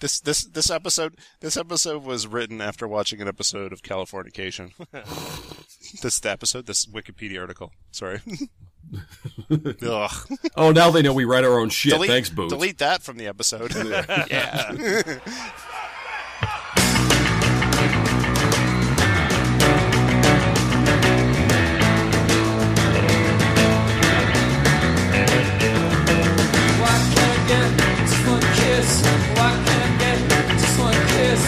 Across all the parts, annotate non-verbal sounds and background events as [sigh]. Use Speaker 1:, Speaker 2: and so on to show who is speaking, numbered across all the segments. Speaker 1: This this this episode this episode was written after watching an episode of Californication. [laughs] this the episode this Wikipedia article. Sorry. Ugh.
Speaker 2: [laughs] Oh, now they know we write our own shit.
Speaker 1: delete,
Speaker 2: Thanks, Boots.
Speaker 1: Delete that from the episode. [laughs] yeah.
Speaker 3: Why can't I get just one kiss? Why can't I get just one kiss?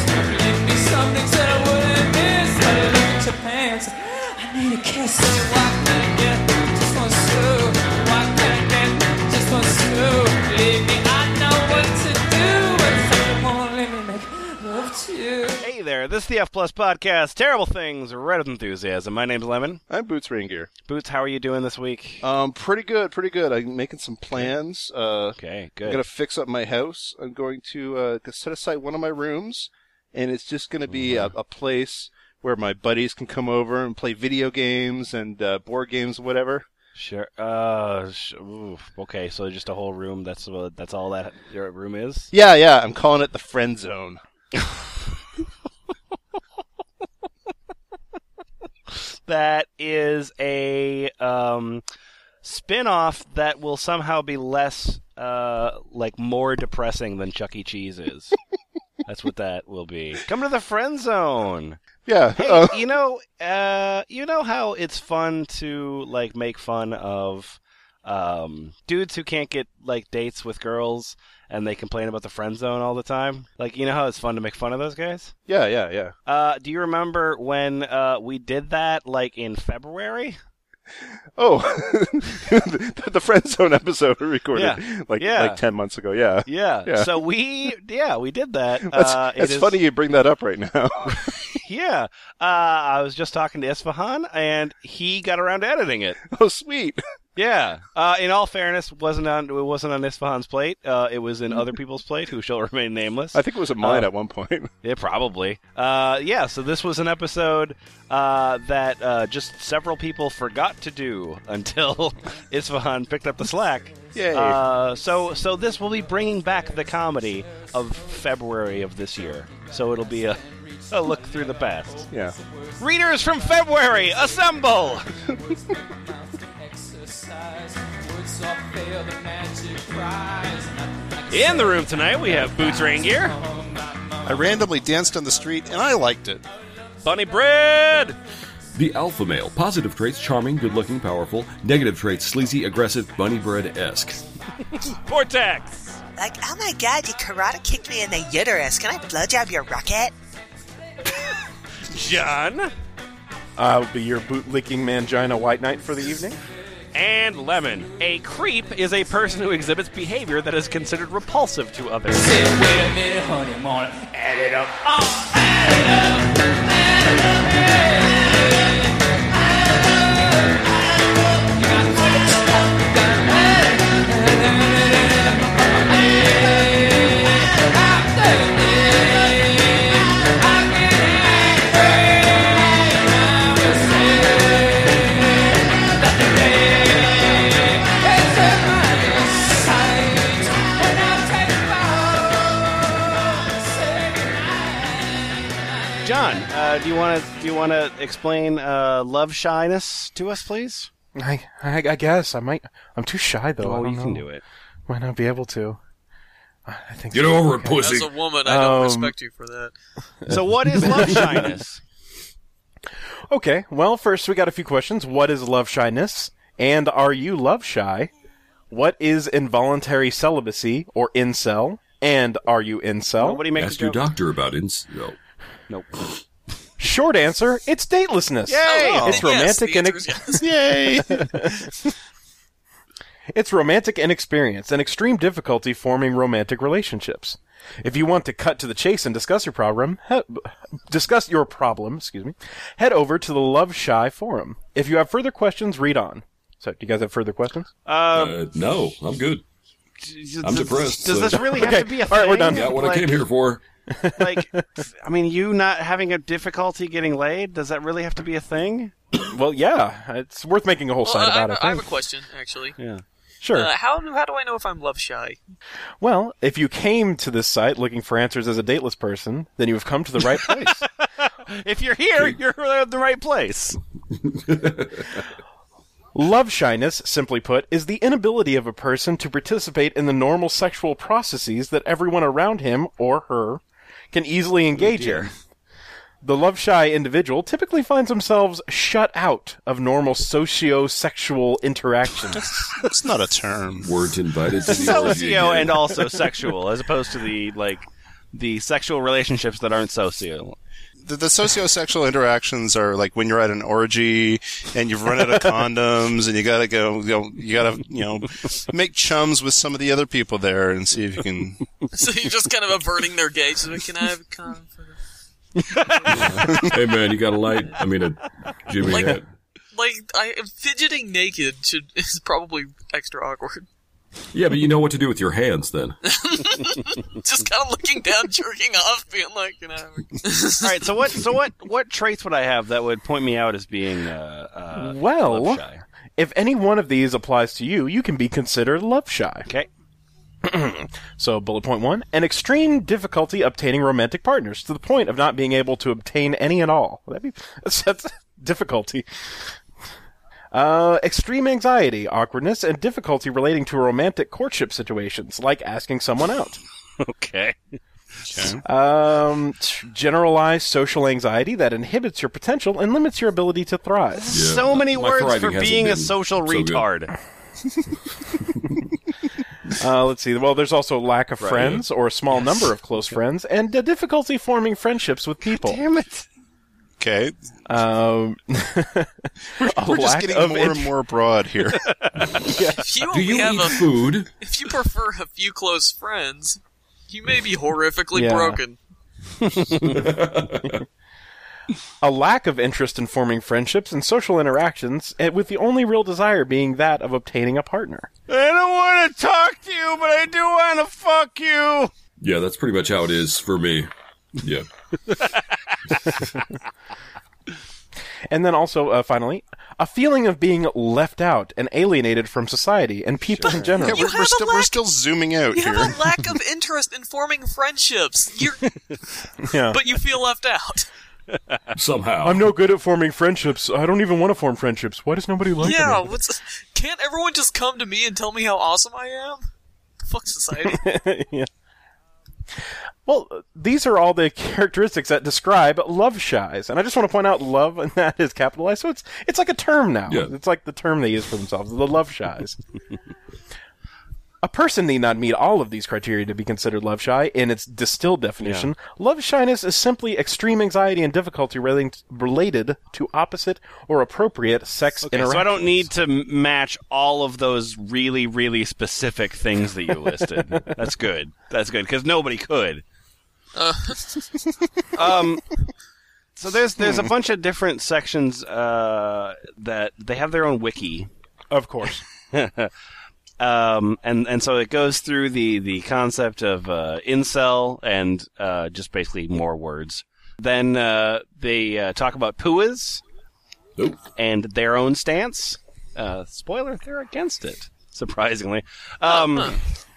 Speaker 3: Leave me something that I wouldn't miss. But I look at your pants, I need a kiss. Say, why can't I get just one screw? Why can't I get just one screw? Leave me, I know what to do. But someone won't let me make love to you.
Speaker 4: Hey there, this is the F Plus Podcast. Terrible things, red with enthusiasm. My name's Lemon.
Speaker 1: I'm Boots Raingear.
Speaker 4: Boots, how are you doing this week?
Speaker 1: Um, pretty good, pretty good. I'm making some plans. Uh,
Speaker 4: Okay,
Speaker 1: I'm
Speaker 4: good.
Speaker 1: gonna fix up my house. I'm going to uh, to set aside one of my rooms, and it's just gonna be a, a place where my buddies can come over and play video games and uh, board games, and whatever.
Speaker 4: Sure. Uh, sh- oof. okay. So just a whole room. That's what. That's all that your room is.
Speaker 1: Yeah, yeah. I'm calling it the friend zone.
Speaker 4: [laughs] That is a um, spin-off that will somehow be less uh like more depressing than Chuck E. Cheese
Speaker 1: [laughs]
Speaker 4: is. that's what that will be. Come to the friend zone.
Speaker 1: Yeah.
Speaker 4: Hey,
Speaker 1: uh,
Speaker 4: you know, uh, you know how it's fun to like make fun of um, dudes who can't get like dates with girls and they complain about the friend zone all the time. Like, you know how it's fun to make fun of those guys.
Speaker 1: yeah, yeah, yeah.
Speaker 4: Uh, do you remember when uh, we did that, like in February?
Speaker 1: Oh, [laughs] the, the friend zone episode we recorded
Speaker 4: Yeah.
Speaker 1: [laughs] like
Speaker 4: Yeah.
Speaker 1: like ten months ago. Yeah.
Speaker 4: Yeah.
Speaker 1: Yeah.
Speaker 4: So we, yeah, we did that.
Speaker 1: [laughs] That's,
Speaker 4: uh, it
Speaker 1: that's
Speaker 4: is-
Speaker 1: funny you bring that up right now. [laughs]
Speaker 4: Yeah. Uh, I was just talking to Isfahan, and he got around to editing it.
Speaker 1: [laughs] oh, sweet.
Speaker 4: Yeah. Uh, in all fairness, wasn't on it wasn't on Isfahan's plate. Uh, it was in other people's plate who shall remain nameless.
Speaker 1: Mm. I think it was a mine
Speaker 4: Uh,
Speaker 1: at one point.
Speaker 4: [laughs] yeah, probably. Uh, yeah. So this was an episode uh, that uh, just several people forgot to do [laughs] until Isfahan picked up the slack.
Speaker 1: Yay.
Speaker 4: Uh, so so this will be bringing back the comedy of February of this year. So it'll be a a look through the past.
Speaker 1: yeah.
Speaker 4: Readers from February,
Speaker 1: [laughs]
Speaker 4: assemble!
Speaker 3: Exercise, words all fail the magic prize.
Speaker 4: In the room tonight, we have Boots Rain Gear,
Speaker 1: I randomly danced on the street and I liked it.
Speaker 4: Bunny Bread,
Speaker 2: The alpha male. Positive traits: charming, good-looking, powerful. Negative traits: sleazy, aggressive, bunny bread-esque.
Speaker 4: Vortex.
Speaker 5: Like, oh my god, you karate kicked me in the uterus. Can I blowjob your rocket?
Speaker 4: John
Speaker 6: I'll be your bootlicking mangina white knight for the evening.
Speaker 4: and Lemon. A creep is a person who exhibits behavior that is considered repulsive to others.
Speaker 3: Say, wait a minute, honey, morning.
Speaker 4: John, uh, do you want to do you want to explain uh, love shyness to us, please?
Speaker 6: I, I, I guess I might. I'm too shy though. I
Speaker 4: oh,
Speaker 6: don't
Speaker 4: you can
Speaker 6: know.
Speaker 4: do it.
Speaker 6: Might not be able to. I I think.
Speaker 2: Get over it,
Speaker 7: As
Speaker 2: pussy.
Speaker 7: a woman, I don't
Speaker 6: Um,
Speaker 7: respect you for
Speaker 6: [laughs]
Speaker 7: that.
Speaker 4: So, what is
Speaker 2: [laughs]
Speaker 4: love shyness?
Speaker 6: Okay. Well, first we got a few questions. What is love shyness? And are you love shy? What is involuntary celibacy or incel? And are you incel?
Speaker 4: Nobody makes a
Speaker 2: Ask your
Speaker 4: joke.
Speaker 2: doctor about ins. No.
Speaker 4: nope.
Speaker 6: Short answer: It's datelessness.
Speaker 4: Yay!
Speaker 7: Oh, yes,
Speaker 6: It's romantic
Speaker 7: the
Speaker 6: and
Speaker 7: answer is yes.
Speaker 1: [laughs] Yay!
Speaker 6: [laughs] It's romantic inexperience and extreme difficulty forming romantic relationships. If you want to cut to the chase and discuss your problem, he- discuss your problem, excuse me, head over to the Love Shy forum. If you have further questions, read on. So, do you guys have further questions?
Speaker 2: Uh, no, I'm good. I'm depressed, so-
Speaker 4: Um, Does this really have to be a thing?
Speaker 6: all right, we're done.
Speaker 2: Got what
Speaker 4: like,
Speaker 2: I came here
Speaker 4: [laughs]
Speaker 2: for.
Speaker 4: like, I mean, you not having a difficulty getting laid. Does that really have to be a thing?
Speaker 6: [clears throat] Well, yeah, it's worth making a whole
Speaker 7: Well,
Speaker 6: site
Speaker 7: I, I,
Speaker 6: about.
Speaker 7: have
Speaker 6: it.
Speaker 7: a- I have a question, actually.
Speaker 4: Yeah.
Speaker 6: Sure.
Speaker 8: Uh, how how do I know if I'm love shy? [laughs]
Speaker 6: Well, if you came to this site looking for answers as a dateless person, then you have come to the right place.
Speaker 4: If you're here, you're at the right place.
Speaker 6: Love shyness, simply put, is the inability of a person to participate in the normal sexual processes that everyone around him or her can easily engage in. The love shy individual typically finds themselves shut out of normal socio sexual interactions.
Speaker 1: [laughs]
Speaker 9: That's not a term.
Speaker 2: Weren't
Speaker 4: [laughs]
Speaker 2: invited to the orgy
Speaker 4: Socio
Speaker 2: again.
Speaker 4: and also sexual, as opposed to the like the sexual relationships that aren't socio.
Speaker 1: The, the sociosexual interactions are like when you're at an orgy and you've run out of condoms and you gotta go, go, you gotta, you know, make chums with some of the other people there and see if you can.
Speaker 8: [laughs] So you're
Speaker 1: [laughs]
Speaker 8: just kind of averting their gaze. Like, Can I have a con for the-"
Speaker 2: Hey man, you got a light? I mean, uh, a Jimmy.
Speaker 8: Like-
Speaker 2: hat.
Speaker 8: Like, I fidgeting naked should [laughs] is probably extra awkward. [laughs]
Speaker 2: yeah, but you know what to do with your hands
Speaker 4: [laughs]
Speaker 2: then.
Speaker 8: Just kind of looking down, [laughs] jerking off, being like, you know.
Speaker 4: All right, so what so what what traits would I have that would point me out as being uh, uh
Speaker 6: well,
Speaker 4: love shy?
Speaker 6: if any one of these applies to you, you can be considered love shy.
Speaker 4: Okay.
Speaker 6: [clears throat] So, bullet point one an extreme difficulty obtaining romantic partners to the point of not being able to obtain any at all. That'd be, [laughs] that's, that's difficulty. Uh, extreme anxiety, awkwardness, and difficulty relating to romantic courtship situations, like asking someone
Speaker 2: [laughs]
Speaker 6: out.
Speaker 4: Okay.
Speaker 1: Okay.
Speaker 6: Um, t- generalized social anxiety that inhibits your potential and limits your ability to thrive.
Speaker 2: Yeah,
Speaker 4: so many
Speaker 2: my
Speaker 4: words
Speaker 2: thriving
Speaker 4: for
Speaker 2: hasn't
Speaker 4: being a
Speaker 2: been
Speaker 4: social
Speaker 2: so good.
Speaker 4: retard.
Speaker 6: Uh, let's see. Well, there's also lack of friends or a small number of close friends, and the difficulty forming friendships with people.
Speaker 4: Damn it.
Speaker 1: Okay.
Speaker 6: Um, [laughs] a
Speaker 1: We're just
Speaker 6: lack
Speaker 1: getting
Speaker 6: of
Speaker 1: more
Speaker 6: int-
Speaker 1: and more broad
Speaker 8: [laughs]
Speaker 1: here.
Speaker 8: If you
Speaker 2: Do
Speaker 8: only
Speaker 2: you
Speaker 8: have
Speaker 2: eat
Speaker 8: a,
Speaker 2: food?
Speaker 8: if you prefer a few close friends, you may be horrifically
Speaker 6: Yeah.
Speaker 8: broken.
Speaker 6: [laughs] a lack of interest in forming friendships and social interactions, and with the only real desire being that of obtaining a partner.
Speaker 4: I don't want to talk to you, but I do want to fuck you.
Speaker 2: Yeah, that's pretty much how it is for me.
Speaker 4: [laughs]
Speaker 2: Yeah.
Speaker 6: And then also, uh, finally, a feeling of being left out and alienated from society and people in general.
Speaker 1: Yeah,
Speaker 8: You
Speaker 1: we're, we're
Speaker 8: have
Speaker 1: still
Speaker 8: a
Speaker 1: we're
Speaker 8: lack-
Speaker 1: still zooming out
Speaker 8: You
Speaker 1: here.
Speaker 8: have a lack of interest in forming friendships. You're,
Speaker 6: [laughs] Yeah.
Speaker 8: but you feel
Speaker 6: [laughs]
Speaker 8: left out.
Speaker 4: Oh.
Speaker 2: Somehow.
Speaker 6: I'm no good at forming friendships. I don't even want to form friendships. Why does nobody like
Speaker 8: Yeah,
Speaker 6: me?
Speaker 8: what's? Can't everyone just come to me and tell me how awesome I am? Fuck
Speaker 6: [laughs]
Speaker 8: society.
Speaker 6: yeah. Well, uh, these are all the [laughs] characteristics that describe love shies, and I just want to point out love and that is capitalized, so it's it's like a term now.
Speaker 2: Yeah.
Speaker 6: It's like the term they use for themselves, the love shies. a person need not meet all of these criteria to be considered love shy. In its distilled definition, love shyness is simply extreme anxiety and difficulty relating related to opposite or appropriate sex
Speaker 4: Okay,
Speaker 6: interactions.
Speaker 4: so I don't need to m- match all of those really, really specific things that you listed. That's good. That's good because nobody could. um, so there's there's
Speaker 6: Hmm.
Speaker 4: a bunch of different sections uh, that they have their own wiki
Speaker 6: of course.
Speaker 4: [laughs] um, and and so it goes through the the concept of uh, incel and uh, just basically more words. Then uh, they uh, talk about puas
Speaker 2: Nope.
Speaker 4: and their own stance. Uh, spoiler: they're against it. Surprisingly, um,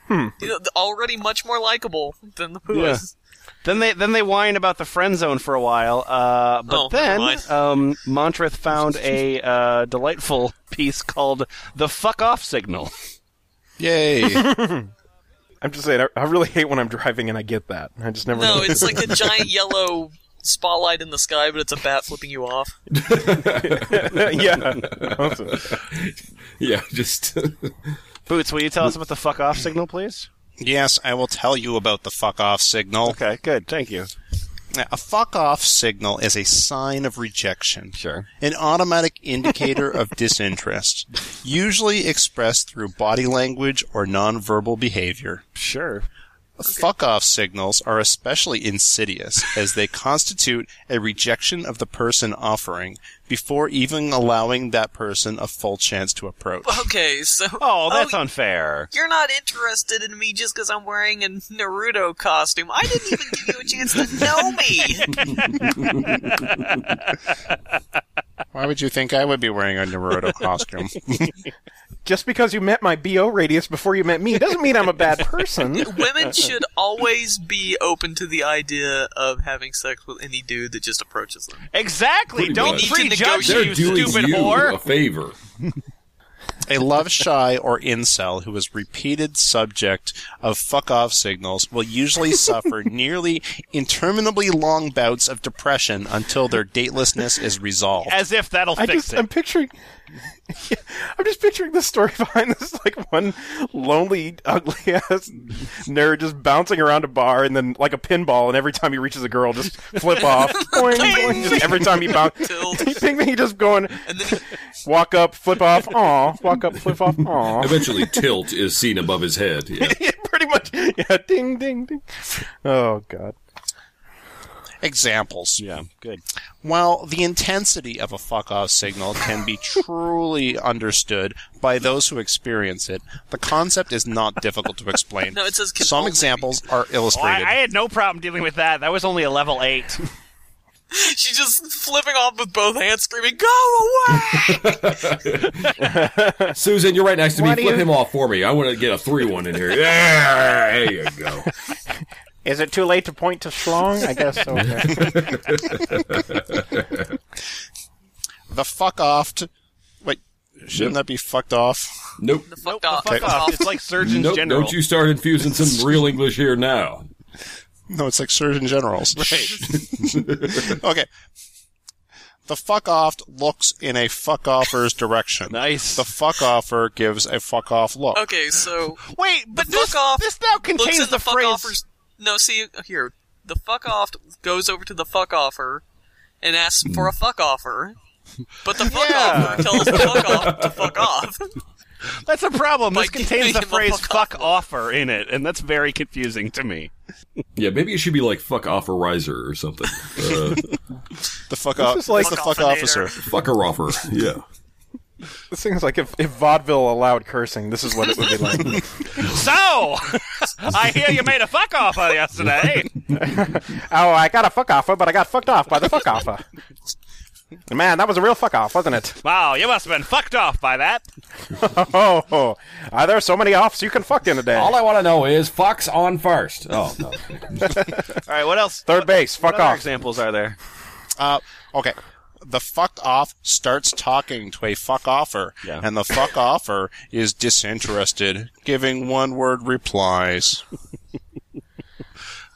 Speaker 6: Hmm.
Speaker 8: You know, already much more likable than the poo
Speaker 4: Yeah.
Speaker 8: is.
Speaker 4: then they then they whine about the friend zone for a while. Uh, but
Speaker 8: Oh,
Speaker 4: then
Speaker 8: never mind.
Speaker 4: um, Montreth found a uh, delightful piece called "The Fuck Off Signal."
Speaker 1: Yay!
Speaker 6: I'm just saying, I, I really hate when I'm driving and I get that. I just never know. [laughs]
Speaker 8: No,
Speaker 6: what
Speaker 8: it's
Speaker 6: to
Speaker 8: like a giant yellow spotlight in the sky, but it's a bat flipping you off.
Speaker 6: [laughs] yeah.
Speaker 2: [laughs] Yeah, just [laughs]
Speaker 4: Boots, will you tell us about the "Fuck Off Signal," please?
Speaker 1: yes, I will tell you about the fuck off signal.
Speaker 4: Okay, good. Thank you.
Speaker 1: Now, A fuck off signal is a sign of rejection.
Speaker 4: Sure.
Speaker 1: An automatic indicator
Speaker 4: [laughs]
Speaker 1: of disinterest, usually expressed through body language or nonverbal behavior.
Speaker 4: Sure.
Speaker 1: Fuck off signals are especially insidious as they constitute a rejection of the person offering before even allowing that person a full chance to approach.
Speaker 8: Okay, so [laughs]
Speaker 4: Oh, that's
Speaker 8: Oh,
Speaker 4: unfair.
Speaker 8: You're not interested in me just because I'm wearing a Naruto costume. I didn't even give you a chance to know me.
Speaker 1: [laughs] Why would you think I would be wearing a Naruto costume?
Speaker 6: [laughs] just because you met my BO radius before you met me doesn't mean I'm a bad person.
Speaker 8: [laughs] Women should always be open to the idea of having sex with any dude that just approaches them.
Speaker 4: Exactly.
Speaker 2: Pretty
Speaker 4: Don't
Speaker 2: much.
Speaker 4: prejudge
Speaker 2: They're
Speaker 4: you,
Speaker 2: doing
Speaker 4: stupid
Speaker 2: you
Speaker 4: whore.
Speaker 2: a [laughs] favor.
Speaker 1: A love shy or incel who is repeated subject of fuck off signals will
Speaker 4: [laughs]
Speaker 1: usually suffer nearly interminably long bouts of depression until their datelessness is resolved.
Speaker 4: As if that'll
Speaker 6: I
Speaker 4: fix
Speaker 6: just
Speaker 4: it.
Speaker 6: I'm picturing I'm just picturing the story [laughs] behind this like one lonely ugly ass nerd just bouncing around a bar and then like a pinball and every time he reaches a girl just
Speaker 4: [laughs]
Speaker 6: flip off
Speaker 8: [laughs]
Speaker 6: boing, boing, just every time
Speaker 2: [laughs]
Speaker 6: he bounces
Speaker 8: Tilt.
Speaker 6: ping, ping, he just going
Speaker 8: And then
Speaker 6: walk up flip off aw walk up flip off aw
Speaker 2: Eventually, tilt is seen above his head. Yeah.
Speaker 6: [laughs] yeah, pretty much yeah ding ding ding oh god
Speaker 1: Examples.
Speaker 4: yeah, good.
Speaker 1: While the intensity of a fuck off signal can be truly understood by those who experience it, the concept is not difficult
Speaker 4: [laughs]
Speaker 1: to explain.
Speaker 8: No, it says can
Speaker 1: Some
Speaker 8: only be-
Speaker 1: examples are
Speaker 4: Well, I,
Speaker 1: illustrated.
Speaker 4: I had no problem dealing with that. That was only a level eight.
Speaker 8: [laughs] he- she's just flipping off with both hands, screaming, "Go
Speaker 2: [laughs]
Speaker 8: away!"
Speaker 2: Susan, you're right next to me.
Speaker 6: Why do
Speaker 2: Flip
Speaker 6: you-
Speaker 2: him off for me. I want to get a three-one in here. Yeah, there you go.
Speaker 6: is it too late to point to schlong I guess so
Speaker 1: the fuck off. Wait, shouldn't that be fucked off?
Speaker 2: Nope.
Speaker 8: Fuck off.
Speaker 4: Fuck
Speaker 8: [laughs]
Speaker 4: off. It's like surgeons
Speaker 2: Nope,
Speaker 4: general.
Speaker 2: Don't you [laughs] start infusing some real English here now.
Speaker 1: No, it's like Surgeon Generals. okay. The fuck off looks in a fuck offer's direction.
Speaker 4: Nice.
Speaker 1: The fuck offer gives a fuck off look.
Speaker 8: Okay, so
Speaker 4: Wait, but
Speaker 8: fuck
Speaker 4: this,
Speaker 8: off
Speaker 4: this now
Speaker 8: looks
Speaker 4: contains
Speaker 8: at the, fuck
Speaker 4: phrase.
Speaker 8: offers. No, see here, the fuck off goes over to the fuck offer and asks for a fuck offer, but the fuck offer tells the fuck off
Speaker 4: [laughs]
Speaker 8: to fuck off.
Speaker 4: That's a problem. This
Speaker 8: Like, [laughs]
Speaker 4: contains the
Speaker 8: give him a
Speaker 4: phrase
Speaker 8: fuck
Speaker 4: fuck offer in it, and that's very confusing to me.
Speaker 2: Yeah, maybe it should be like fuck offer riser or something. Uh,
Speaker 1: The fuck off.
Speaker 6: is like-
Speaker 1: the
Speaker 8: Fuck
Speaker 1: fuck officer.
Speaker 8: offinator.
Speaker 2: fucker offer. Yeah.
Speaker 6: [laughs]
Speaker 2: [laughs]
Speaker 6: this thing's like if, if vaudeville allowed cursing this is what it would be like [laughs]
Speaker 4: So, [laughs] I hear you made a fuck offer yesterday.
Speaker 6: [laughs] Oh, I got a fuck offer, but I got fucked off by the fuck offer. Man, that was a real fuck off, wasn't it? [laughs]
Speaker 4: Wow, you must have been fucked off by that.
Speaker 6: Oh, oh. Uh, there are so many offs you can fuck in a day.
Speaker 2: I want to know is fucks on first. Oh, no.
Speaker 4: All right, what else?
Speaker 6: Third base,
Speaker 4: what
Speaker 6: fuck
Speaker 4: other
Speaker 6: off.
Speaker 4: examples are there?
Speaker 1: Uh, okay. The fuck off starts talking to a fuck offer,
Speaker 4: Yeah.
Speaker 1: and the fuck offer is disinterested, giving one word replies.
Speaker 4: [laughs]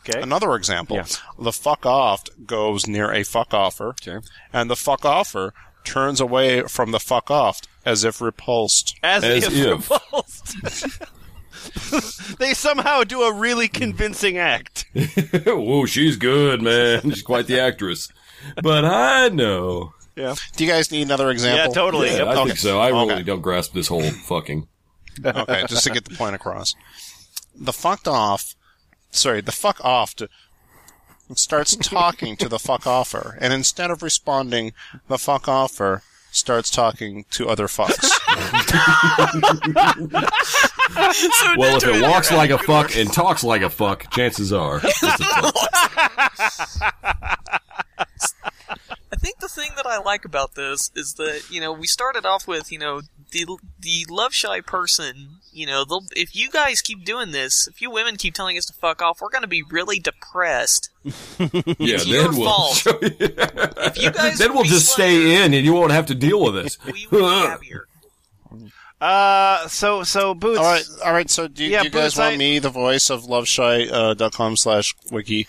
Speaker 4: Okay.
Speaker 1: Another example
Speaker 4: Yeah.
Speaker 1: the fuck off goes near a fuck offer, and the fuck offer turns away from the fuck off as if repulsed.
Speaker 4: As,
Speaker 2: As
Speaker 4: if,
Speaker 2: if.
Speaker 4: [laughs] repulsed. [laughs] they somehow do a really convincing act.
Speaker 2: Whoa, she's good, man. She's quite the actress. But I know.
Speaker 1: Do you guys need another example?
Speaker 4: Yeah, totally.
Speaker 2: Yeah,
Speaker 4: Yep.
Speaker 2: I
Speaker 1: Okay.
Speaker 2: think so. I really
Speaker 1: Okay.
Speaker 2: don't grasp this whole fucking.
Speaker 1: okay, just to get the point across. The fucked off, sorry, the fuck off starts talking to the fuck offer, and instead of responding, the fuck offer starts talking to
Speaker 4: [laughs]
Speaker 1: other fucks.
Speaker 8: So
Speaker 2: [laughs] Well, if it
Speaker 8: naturally,
Speaker 2: walks
Speaker 8: you're
Speaker 2: like a
Speaker 8: good
Speaker 2: fuck and talks like a fuck, chances are. it's a fuck.
Speaker 8: I think the thing that I like about this is that you know we started off with you know the the love shy person you know they'll, if you guys keep doing this if you women keep telling us to fuck off we're gonna be really depressed
Speaker 2: [laughs] Yeah,
Speaker 8: It's
Speaker 2: then
Speaker 8: your
Speaker 2: we'll.
Speaker 8: fault. if you guys
Speaker 2: [laughs] then we'll
Speaker 8: be
Speaker 2: just
Speaker 8: slutty,
Speaker 2: stay in and you won't have to deal with this.
Speaker 8: [laughs] we will be happier
Speaker 4: Uh, so so boots.
Speaker 1: all right, all right. So do, you-
Speaker 4: Yeah,
Speaker 1: do you guys
Speaker 4: Bruce,
Speaker 1: want
Speaker 4: I-
Speaker 1: me, the voice of loveshy.com slash wiki,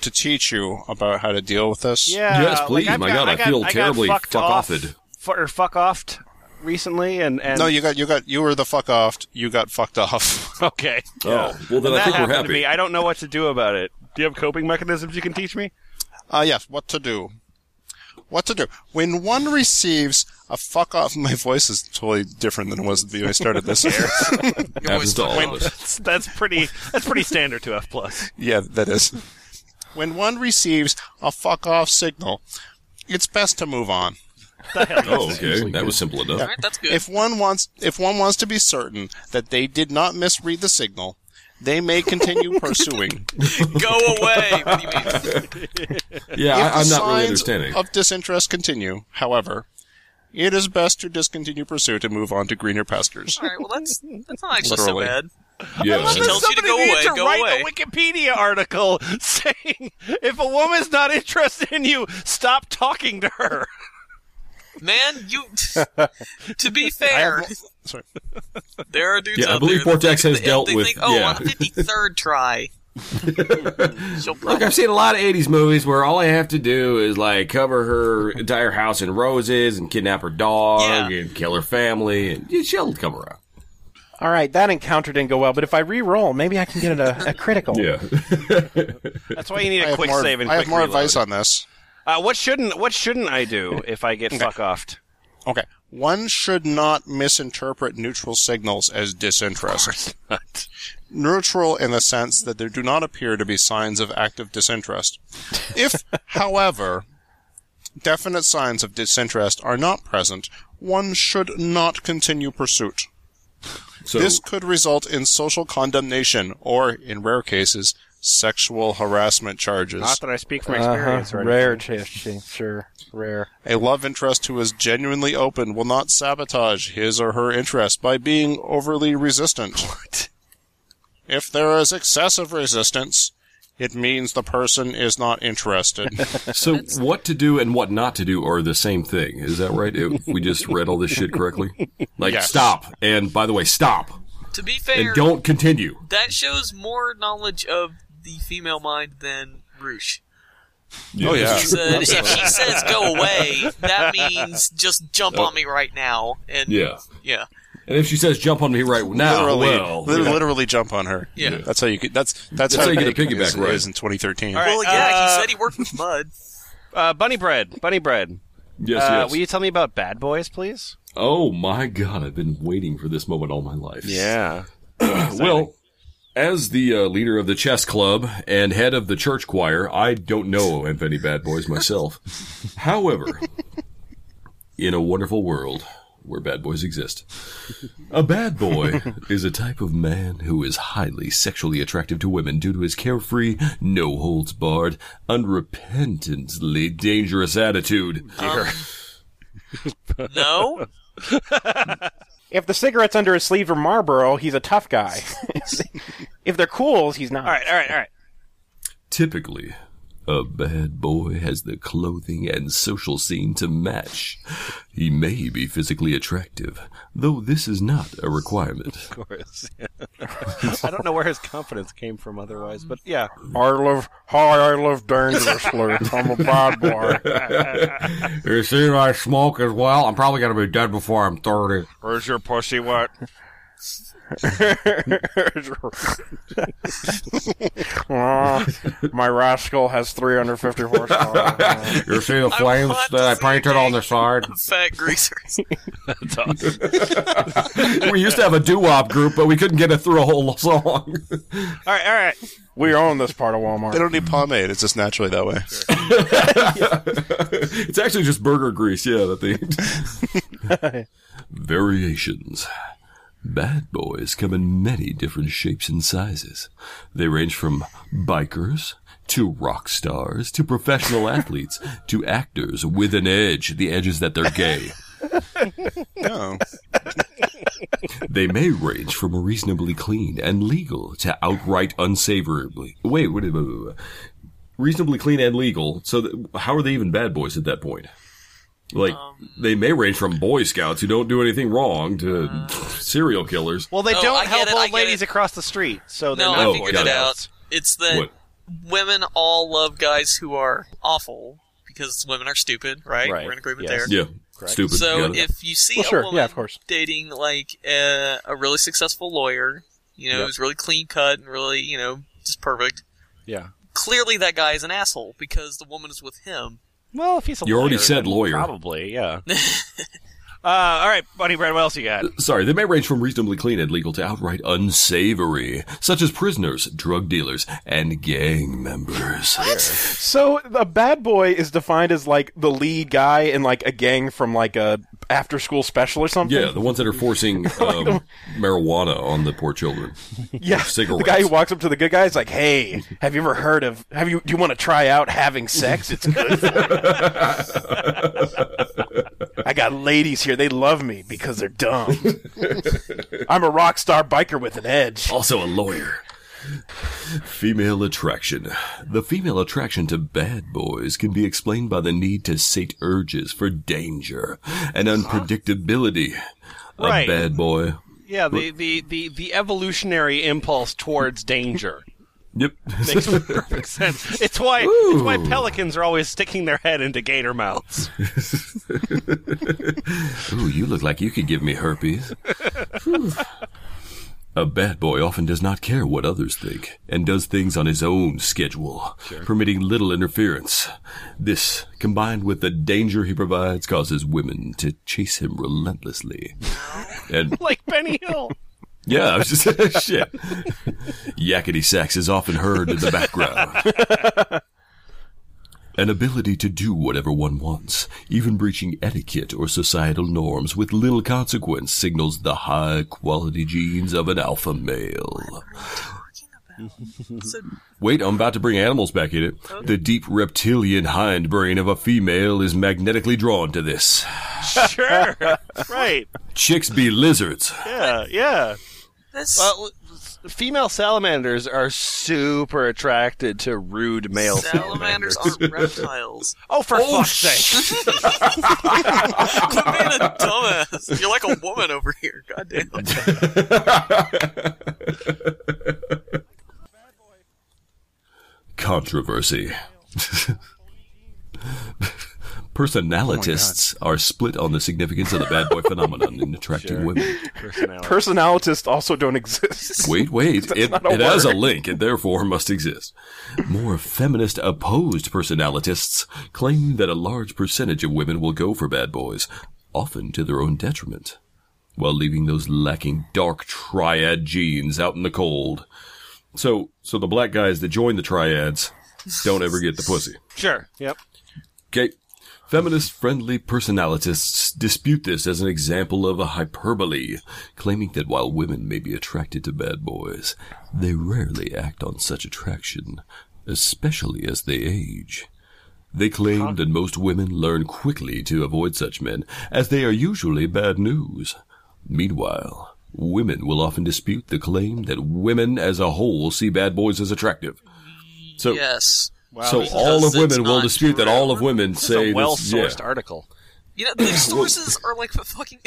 Speaker 1: to teach you about how to deal with this?
Speaker 4: Yeah.
Speaker 2: Yes, please.
Speaker 4: I've
Speaker 2: My God, I feel terribly
Speaker 4: fucked
Speaker 2: fuck-offed.
Speaker 4: off- fu- or fuck offed recently, and and
Speaker 1: No, you got, you got, you were the fuck off. You got fucked off.
Speaker 4: [laughs] okay.
Speaker 2: Oh, well, then
Speaker 4: that
Speaker 2: I think
Speaker 4: happened
Speaker 2: we're
Speaker 4: to
Speaker 2: happy.
Speaker 4: me. I don't know what to do about it. Do you have coping mechanisms you can teach me?
Speaker 1: Ah, yes. What to do? What to do when one receives a fuck off? [laughs] My voice is totally different than it was when I
Speaker 4: [laughs]
Speaker 1: started this. [laughs]
Speaker 2: Happens to all of us.
Speaker 4: That's, that's pretty. That's pretty standard to F plus.
Speaker 1: yeah, that is. [laughs] When one receives a fuck off signal, it's best to move on.
Speaker 2: Oh, okay. That was simple enough.
Speaker 8: Alright, that's good
Speaker 1: If one wants, if one wants to be certain that they did not misread the signal, they may
Speaker 8: [laughs]
Speaker 1: continue pursuing.
Speaker 8: go away what do you mean
Speaker 2: Yeah,
Speaker 1: If
Speaker 2: I,
Speaker 1: the
Speaker 2: I'm not really
Speaker 1: signs
Speaker 2: understanding.
Speaker 1: Of disinterest continue, however, It is best to discontinue pursuit and move on to greener pastures.
Speaker 8: All right, well that's that's not actually
Speaker 1: Literally.
Speaker 8: so bad.
Speaker 2: Yes.
Speaker 8: that Tells you to
Speaker 4: Somebody
Speaker 8: go
Speaker 4: needs
Speaker 8: away,
Speaker 4: to
Speaker 8: go
Speaker 4: write
Speaker 8: away.
Speaker 4: a Wikipedia article [laughs] saying if a woman's not interested in you, stop talking to her.
Speaker 8: Man,
Speaker 2: [laughs]
Speaker 8: you. to be fair,
Speaker 1: Sorry.
Speaker 8: there are dudes.
Speaker 2: Yeah, I
Speaker 8: out
Speaker 2: believe
Speaker 8: there that
Speaker 2: Vortex
Speaker 8: think-
Speaker 2: has dealt
Speaker 8: they
Speaker 2: with-
Speaker 8: Think, oh,
Speaker 2: yeah.
Speaker 8: on a fifty-third try. She'll
Speaker 2: Look, I've seen a lot of 80s movies where all I have to do is like cover her entire house in roses and kidnap her dog
Speaker 8: Yeah.
Speaker 2: and kill her family and yeah, she'll come around.
Speaker 6: [laughs] All right, that encounter didn't go well, but if I re-roll, maybe I can get a, a critical.
Speaker 2: Yeah.
Speaker 4: That's why you need
Speaker 1: I
Speaker 4: a
Speaker 1: have
Speaker 4: quick
Speaker 1: more,
Speaker 4: save and
Speaker 1: I
Speaker 4: quick
Speaker 1: have more
Speaker 4: reload.
Speaker 1: advice on this.
Speaker 4: Uh, what shouldn't what shouldn't I do if I get fuck offed?
Speaker 1: Okay. One should not misinterpret neutral signals as disinterest. Neutral in the sense that there do not appear to be signs of active disinterest. If, however, definite signs of disinterest are not present, one should not continue pursuit.
Speaker 2: So
Speaker 1: This could result in social condemnation or, in rare cases, sexual harassment charges.
Speaker 4: Not that I speak from
Speaker 6: Uh-huh.
Speaker 4: experience, or anything.
Speaker 6: Rare, ch- ch- sure, rare.
Speaker 1: A love interest who is genuinely open will not sabotage his or her interest by being overly resistant. If there is
Speaker 4: [laughs]
Speaker 1: excessive [laughs] resistance, it means the person is not
Speaker 2: [laughs]
Speaker 1: interested. [laughs]
Speaker 2: so what to do and what not to do are the same thing. Is that right? If we just read all this shit correctly? Like
Speaker 1: Yes.
Speaker 2: stop. And by the way, stop.
Speaker 8: To be
Speaker 2: And
Speaker 8: fair,
Speaker 2: don't continue.
Speaker 8: that shows more knowledge of the female mind than Roosh.
Speaker 2: oh
Speaker 1: yeah.
Speaker 8: So if she says go away, that means just jump on me right now. And
Speaker 2: Yeah.
Speaker 8: yeah,
Speaker 2: And if she says jump on me right now,
Speaker 1: literally,
Speaker 2: well,
Speaker 1: li-
Speaker 2: you know,
Speaker 1: literally jump on her.
Speaker 8: Yeah. Yeah.
Speaker 1: that's how you. Could, that's that's,
Speaker 2: how you get a
Speaker 1: big
Speaker 2: piggyback
Speaker 1: is,
Speaker 2: ride.
Speaker 1: is in 2013.
Speaker 8: well,
Speaker 4: right,
Speaker 8: yeah,
Speaker 4: uh,
Speaker 8: he said he worked with mud.
Speaker 4: Uh, bunny bread, bunny bread.
Speaker 2: yes,
Speaker 4: Uh,
Speaker 2: yes.
Speaker 4: Will you tell me about Bad Boys, please?
Speaker 2: Oh my god, I've been waiting for this moment all my life. [clears throat]
Speaker 4: Yeah.
Speaker 2: Well, as the uh, leader of the chess club and head of the church choir, I don't know of any bad boys myself. However, in a wonderful world where bad boys exist, a bad boy is a type of man who is highly sexually attractive to women due to his carefree, no holds barred, unrepentantly dangerous attitude.
Speaker 8: No,
Speaker 6: If the cigarette's under his sleeve or Marlboro, he's a
Speaker 4: [laughs]
Speaker 6: tough guy. if they're cools, he's not.
Speaker 4: All right, all right, all right.
Speaker 2: Typically, a bad boy has the clothing and social scene to match. He may be physically attractive, though this is not a requirement.
Speaker 4: Of course. [laughs] I don't know where his confidence came from otherwise, but yeah.
Speaker 6: I love, hi, I love dangerously. I'm a bad boy.
Speaker 4: [laughs]
Speaker 2: You see, I smoke as well. I'm probably going to be dead before I'm
Speaker 6: [laughs]
Speaker 2: 30.
Speaker 4: Where's your pussy wet?
Speaker 6: [laughs] Uh, my rascal has
Speaker 4: [laughs]
Speaker 6: 350 horsepower.
Speaker 2: You see the
Speaker 8: flames that I painted on the
Speaker 2: side?
Speaker 8: fat greasers.
Speaker 2: [laughs] we used to have a doo-wop group, but we couldn't get it through a whole [laughs] song.
Speaker 4: All right, all right.
Speaker 6: we own this part of
Speaker 1: They
Speaker 6: Walmart.
Speaker 1: don't need pomade; it's just naturally that way.
Speaker 2: [laughs] It's actually just burger grease, yeah, that thing.
Speaker 6: [laughs]
Speaker 2: Variations. Bad boys come in many different shapes and sizes. They range from bikers to rock stars to professional [laughs] athletes to actors with an edge. The edge is that they're gay. [laughs]
Speaker 1: [laughs] No,
Speaker 2: They may range from reasonably clean and legal to outright unsavory. Wait, wait, wait, wait, wait. Reasonably clean and legal. So, th- how are they even bad boys at that point? Like,
Speaker 4: Um,
Speaker 2: they may range from Boy Scouts who don't do anything wrong to serial killers.
Speaker 4: [laughs] uh, Well, they
Speaker 8: No, I
Speaker 4: don't
Speaker 8: get
Speaker 4: help
Speaker 8: it, I
Speaker 4: old
Speaker 8: get
Speaker 4: ladies
Speaker 8: it.
Speaker 4: across the street, so they're
Speaker 8: No,
Speaker 4: not
Speaker 8: I
Speaker 2: Oh,
Speaker 8: figured
Speaker 2: got
Speaker 8: it
Speaker 2: it.
Speaker 8: out. It's that
Speaker 2: What?
Speaker 8: women all love guys who are awful because women are stupid, right?
Speaker 4: Right,
Speaker 8: We're in agreement
Speaker 4: yes.
Speaker 8: there.
Speaker 2: Yeah, stupid.
Speaker 8: So
Speaker 2: Got it.
Speaker 8: if you see
Speaker 6: Well,
Speaker 8: a
Speaker 6: sure,
Speaker 8: woman
Speaker 6: yeah, of course.
Speaker 8: dating like uh, a really successful lawyer, you know, who's really clean cut and really, you know, just perfect.
Speaker 4: Yeah.
Speaker 8: Clearly, that guy is an asshole because the woman is with him.
Speaker 4: Well, if he's a
Speaker 2: You
Speaker 4: lawyer,
Speaker 2: already said lawyer.
Speaker 4: Probably, yeah. uh, all right, Bunny Bread, what else you got?
Speaker 2: Uh, Sorry, they may range from reasonably clean and legal to outright unsavory, such as prisoners, drug dealers, and gang members.
Speaker 6: So a bad boy is defined as like the lead guy in like a gang from like a after school special or something.
Speaker 2: Yeah, the ones that are forcing um, marijuana on the poor children.
Speaker 6: Yeah,
Speaker 2: cigarettes.
Speaker 6: the guy who walks up to the good guy is like, "Hey, have you ever heard of? Have you? Do
Speaker 2: [laughs]
Speaker 6: you want to try out having sex? It's good." [laughs] I got ladies here. They love me because they're dumb. [laughs] I'm a rock star biker with an edge.
Speaker 2: Also a lawyer. Female attraction. The female attraction to bad boys can be explained by the need to sate urges for danger and unpredictability. A
Speaker 4: Right.
Speaker 2: bad boy.
Speaker 4: Yeah, the, the, the, the evolutionary impulse
Speaker 2: [laughs]
Speaker 4: towards danger.
Speaker 2: Yep. [laughs]
Speaker 4: Makes perfect sense. It's why it's why pelicans are always sticking their head into gator mouths.
Speaker 2: Ooh, you look like you could give me herpes. Whew. A bad boy often does not care what others think and does things on his own schedule, permitting little interference. This, combined with the danger he provides, causes women to chase him relentlessly. And
Speaker 4: [laughs] Like Benny Hill.
Speaker 2: yeah, I was just [laughs] shit. Yakety sax is often heard in the background. [laughs] An ability to do whatever one wants, even breaching etiquette or societal norms with little consequence, signals the high quality genes of an alpha male.
Speaker 8: [laughs] So,
Speaker 2: Wait, I'm about to bring animals back in it. The deep reptilian hindbrain of a female is magnetically drawn to this.
Speaker 4: Sure. right.
Speaker 2: Chicks be lizards.
Speaker 4: Yeah, yeah.
Speaker 8: that's,
Speaker 4: Well, s- female salamanders are super attracted to rude male
Speaker 8: salamanders
Speaker 4: salamanders.
Speaker 8: aren't reptiles.
Speaker 4: [laughs] Oh, for fuck's
Speaker 7: [laughs]
Speaker 4: sake!
Speaker 8: Quit being a dumbass. You're like a woman over here. Goddamn.
Speaker 2: controversy. [laughs] Personalitists are split on the significance of the bad boy phenomenon in attracting women.
Speaker 6: Personalitists also don't exist.
Speaker 2: [laughs] Wait, wait, it,
Speaker 6: not a
Speaker 2: it has a
Speaker 6: word.
Speaker 2: link and therefore must exist. More feminist opposed personalitists claim that a large percentage of women will go for bad boys, often to their own detriment, while leaving those lacking dark triad genes out in the cold. So, so the black guys that join the triads don't ever get the pussy.
Speaker 4: Sure. Yep.
Speaker 2: Okay. Feminist friendly personalitists dispute this as an example of a hyperbole, claiming that while women may be attracted to bad boys, they rarely act on such attraction, especially as they age. They claim that most women learn quickly to avoid such men, as they are usually bad news. Meanwhile, women will often dispute the claim that women as a whole see bad boys as attractive. So,
Speaker 8: Yes.
Speaker 2: so
Speaker 8: because
Speaker 2: all of
Speaker 8: it's
Speaker 2: women will
Speaker 8: not
Speaker 2: dispute that
Speaker 8: true.
Speaker 2: all of women
Speaker 4: This
Speaker 2: say
Speaker 4: is a
Speaker 2: this-
Speaker 4: well-sourced
Speaker 2: yeah.
Speaker 4: article.
Speaker 8: You know, these sources are like the fucking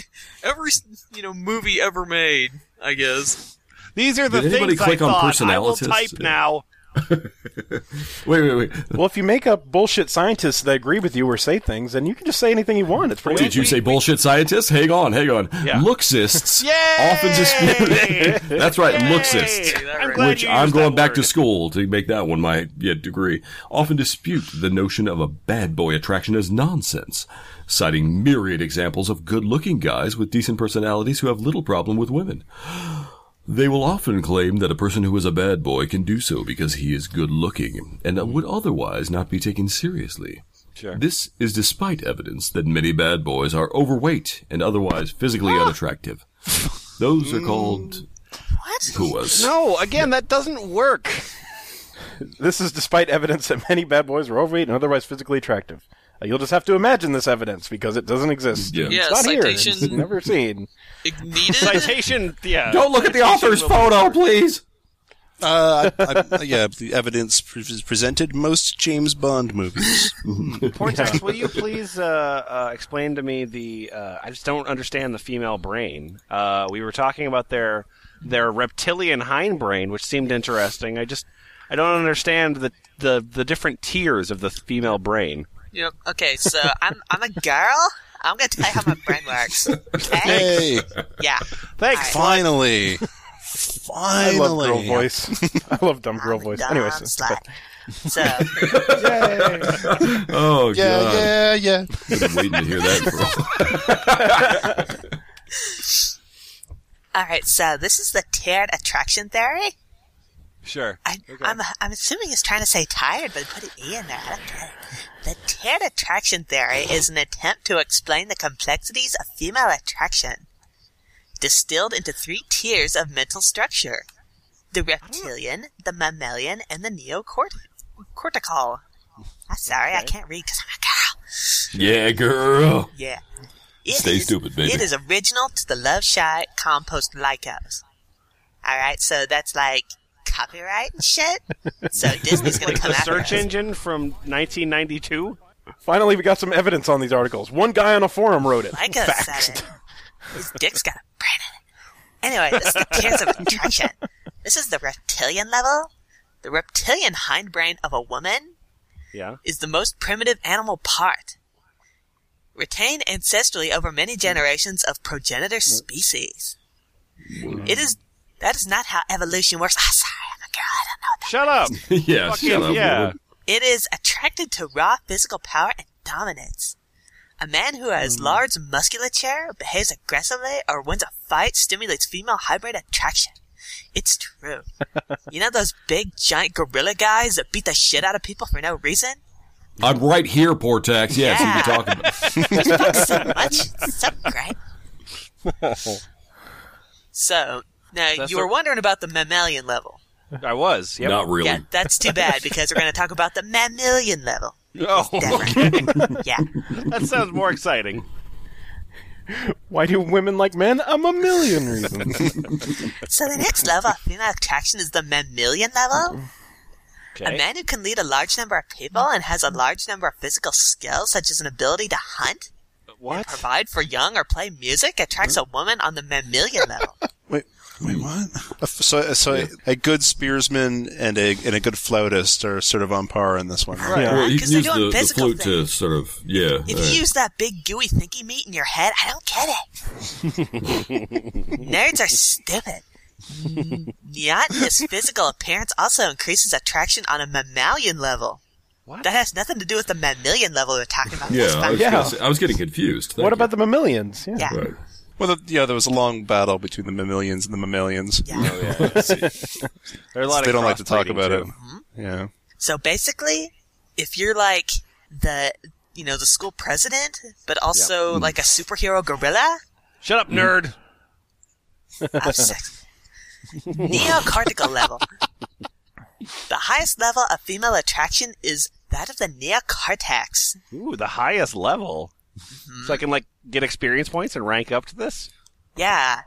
Speaker 8: every you know movie ever made. I guess.
Speaker 4: These are the
Speaker 2: Did anybody
Speaker 4: things I
Speaker 2: click on
Speaker 4: thought. I will
Speaker 2: personalitists?
Speaker 4: type now.
Speaker 2: Wait, wait, wait.
Speaker 6: Well, if you make up bullshit scientists that agree with you or say things, then you can just say anything you want. It's pretty
Speaker 2: Did you say bullshit scientists? Hang on, hang on.
Speaker 4: Yeah.
Speaker 2: Looksists
Speaker 4: [laughs] Yay!
Speaker 2: often dispute. [laughs] That's right, looksists.
Speaker 8: Hey, that
Speaker 4: I'm
Speaker 8: right.
Speaker 4: glad
Speaker 2: Which
Speaker 4: you
Speaker 2: I'm
Speaker 4: used
Speaker 2: going
Speaker 4: that
Speaker 2: back
Speaker 4: word.
Speaker 2: to school to make that one my yeah, degree. Often dispute the notion of a bad boy attraction as nonsense, citing myriad examples of good looking guys with decent personalities who have little problem with women. [gasps] They will often claim that a person who is a bad boy can do so because he is good looking and that would otherwise not be taken seriously. This is despite evidence that many bad boys are overweight and otherwise physically
Speaker 5: Ah.
Speaker 2: unattractive. Those are
Speaker 5: Mm.
Speaker 2: called. What? Puas.
Speaker 4: No, again, that doesn't work.
Speaker 6: This is despite evidence that many bad boys are overweight and otherwise physically attractive. Uh, You'll just have to imagine this evidence because it doesn't exist.
Speaker 2: Yeah.
Speaker 8: Yeah,
Speaker 6: It's not
Speaker 8: citation
Speaker 6: here. It's never seen.
Speaker 8: it needed.
Speaker 4: Citation. Yeah.
Speaker 2: Don't look at the author's photo, please.
Speaker 1: Uh, I, I, yeah, the evidence pre- is presented most James Bond
Speaker 6: [laughs]
Speaker 1: movies.
Speaker 4: Portex, will you please uh, uh, explain to me the? Uh, I just don't understand the female brain. Uh, we were talking about their their reptilian hindbrain, which seemed interesting. I just I don't understand the the, the different tiers of the female brain.
Speaker 8: Yep. Okay, so I'm I'm a girl. I'm gonna tell you how my brain works. Okay.
Speaker 1: Hey,
Speaker 8: Yeah.
Speaker 4: Thanks.
Speaker 1: finally,
Speaker 6: I
Speaker 1: finally.
Speaker 6: love girl
Speaker 1: [laughs]
Speaker 6: voice. I love [laughs] dumb girl voice.
Speaker 5: Dumb
Speaker 6: Anyways,
Speaker 5: slut.
Speaker 8: So
Speaker 2: Oh
Speaker 1: Yeah,
Speaker 2: god,
Speaker 1: yeah, yeah.
Speaker 2: been waiting to hear that for a while.
Speaker 5: All right, so this is the tiered attraction theory.
Speaker 4: Sure.
Speaker 5: I, I'm, I'm assuming it's trying to say tired, but put an E in there. I don't care. The tiered attraction theory is an attempt to explain the complexities of female attraction, distilled into three tiers of mental structure the reptilian, the mammalian, and the neocortical. I'm sorry, I can't read because I'm a girl.
Speaker 2: Yeah, girl.
Speaker 5: Yeah. It
Speaker 2: Stay
Speaker 5: is-
Speaker 2: stupid, baby.
Speaker 5: It is original to the Love Shy Compost Like Us. All right, so that's like copyright and shit. So
Speaker 2: [laughs]
Speaker 5: Disney's
Speaker 4: [laughs]
Speaker 5: gonna
Speaker 4: Like
Speaker 5: come
Speaker 4: the
Speaker 5: after
Speaker 4: search
Speaker 5: us.
Speaker 4: engine from 1992.
Speaker 6: Finally, we got some evidence on these articles. One guy on a forum wrote it.
Speaker 5: Like us said it. His dick's got a brain in it. Anyway, this is the tears of attraction. This is the reptilian level. The reptilian hindbrain of a woman
Speaker 4: Yeah.
Speaker 5: is the most primitive animal part. Retained ancestrally over many generations of progenitor
Speaker 4: Mm.
Speaker 5: species. It is that is not how evolution works. Ah, sorry, I'm a girl, I don't know what that
Speaker 4: Shut
Speaker 2: [laughs]
Speaker 4: up.
Speaker 2: yeah,
Speaker 4: Fucking
Speaker 2: shut up,
Speaker 4: yeah.
Speaker 2: woman.
Speaker 5: it is attracted to raw physical power and dominance. A man who has
Speaker 2: Hmm.
Speaker 5: large musculature, behaves aggressively, or wins a fight stimulates female hybrid attraction.
Speaker 2: [laughs]
Speaker 5: It's true. you know those big giant gorilla guys that beat the shit out of people for no
Speaker 2: [laughs]
Speaker 5: reason?
Speaker 2: I'm right here, Portax. Yes, yeah. you
Speaker 5: Yeah.
Speaker 2: can talk about.
Speaker 5: so much. So great. so, now
Speaker 4: That's
Speaker 5: you
Speaker 4: a-
Speaker 5: were wondering about the mammalian level.
Speaker 4: I was. Yep.
Speaker 2: Not really.
Speaker 5: Yeah, that's too bad because we're going to talk about the mammalian level.
Speaker 4: Oh, [laughs]
Speaker 5: Different. yeah.
Speaker 4: that sounds more exciting.
Speaker 6: Why do women like men? I'm a million reasons.
Speaker 5: So the next level of female attraction is the mammalian level. A
Speaker 4: Okay.
Speaker 5: man who can lead a large number of people and has a large number of physical skills, such as an ability to hunt,
Speaker 4: What?
Speaker 5: provide for young, or play music, attracts a woman on the mammalian level.
Speaker 1: Wait, [laughs] wait, what? So, so a, a good spearsman and a and a good flautist are sort of on par in this one. Right.
Speaker 2: Well, you
Speaker 5: 'Cause
Speaker 2: can
Speaker 5: they're
Speaker 2: use
Speaker 5: doing
Speaker 2: the, the
Speaker 5: physical
Speaker 2: flute to sort of yeah.
Speaker 5: If
Speaker 2: uh,
Speaker 5: you use that big gooey thinky meat in your head, I don't get it.
Speaker 4: [laughs]
Speaker 5: [laughs] Nerds are stupid. Neoten's physical appearance also increases attraction on a mammalian level.
Speaker 4: What?
Speaker 5: That has nothing to do with the mammalian level we're talking about.
Speaker 2: yeah,
Speaker 5: That's
Speaker 2: I was,
Speaker 5: fine.
Speaker 2: gonna say- I was getting confused. Thank
Speaker 6: what
Speaker 2: you.
Speaker 6: about the mammalians? Yeah.
Speaker 5: Yeah.
Speaker 2: Right.
Speaker 1: Well, the, yeah, there was a long battle between the mammalians and the mammalians.
Speaker 5: Yeah.
Speaker 10: Oh,
Speaker 4: [laughs]
Speaker 1: [laughs]
Speaker 4: There are a lot
Speaker 1: They
Speaker 4: of
Speaker 1: don't like to talk
Speaker 4: crossbreeding,
Speaker 1: about
Speaker 4: too. Mm-hmm.
Speaker 1: it. Yeah.
Speaker 5: So basically, if you're like the you know the school president, but also like a superhero gorilla,
Speaker 4: Shut up, nerd.
Speaker 5: I'm six. Neocortical level. The highest level of female attraction is that of the neocortex.
Speaker 4: Ooh, the highest level. So I can like get experience points and rank up to this.
Speaker 5: Yeah.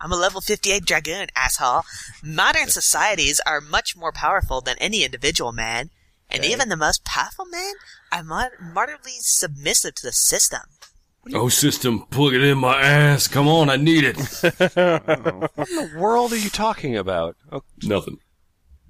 Speaker 5: I'm a level 58 dragoon, asshole. Modern societies are much more powerful than any individual man, and even the most powerful men are mod- moderately submissive to the system.
Speaker 2: Oh, system, plug it in my ass. Come on, I need
Speaker 5: [laughs]
Speaker 2: it.
Speaker 4: What in the world are you talking about? Oh,
Speaker 2: Nothing.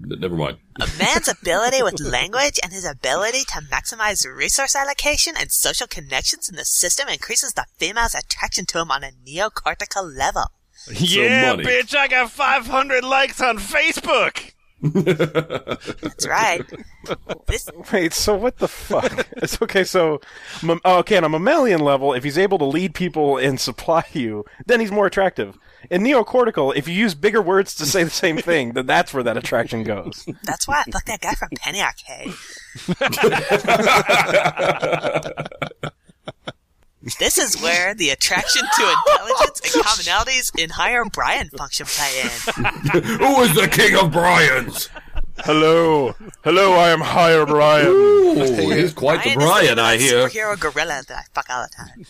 Speaker 2: N- never mind.
Speaker 5: A man's ability with language and his ability to maximize resource allocation and social connections in the system increases the female's attraction to him on a neocortical level.
Speaker 4: yeah,
Speaker 2: money.
Speaker 4: bitch! I got 500 likes on Facebook.
Speaker 5: That's right. This,
Speaker 6: [laughs] Wait, so what the fuck? [laughs] it's okay, so mam- oh, okay, on a mammalian level, if he's able to lead people and supply you, then he's more attractive. In neocortical, if you use bigger words to say the same thing, then that's where that attraction goes.
Speaker 5: that's why I fucked that guy from Penny Arcade. this is where the attraction to intelligence and commonalities in higher Brian function play in.
Speaker 2: Who is the king of Bryans?
Speaker 6: Hello, hello, I am higher Brian.
Speaker 2: Oh, he's quite the Brian, I
Speaker 5: is the
Speaker 2: hear.
Speaker 5: Superhero gorilla that I fuck all the time.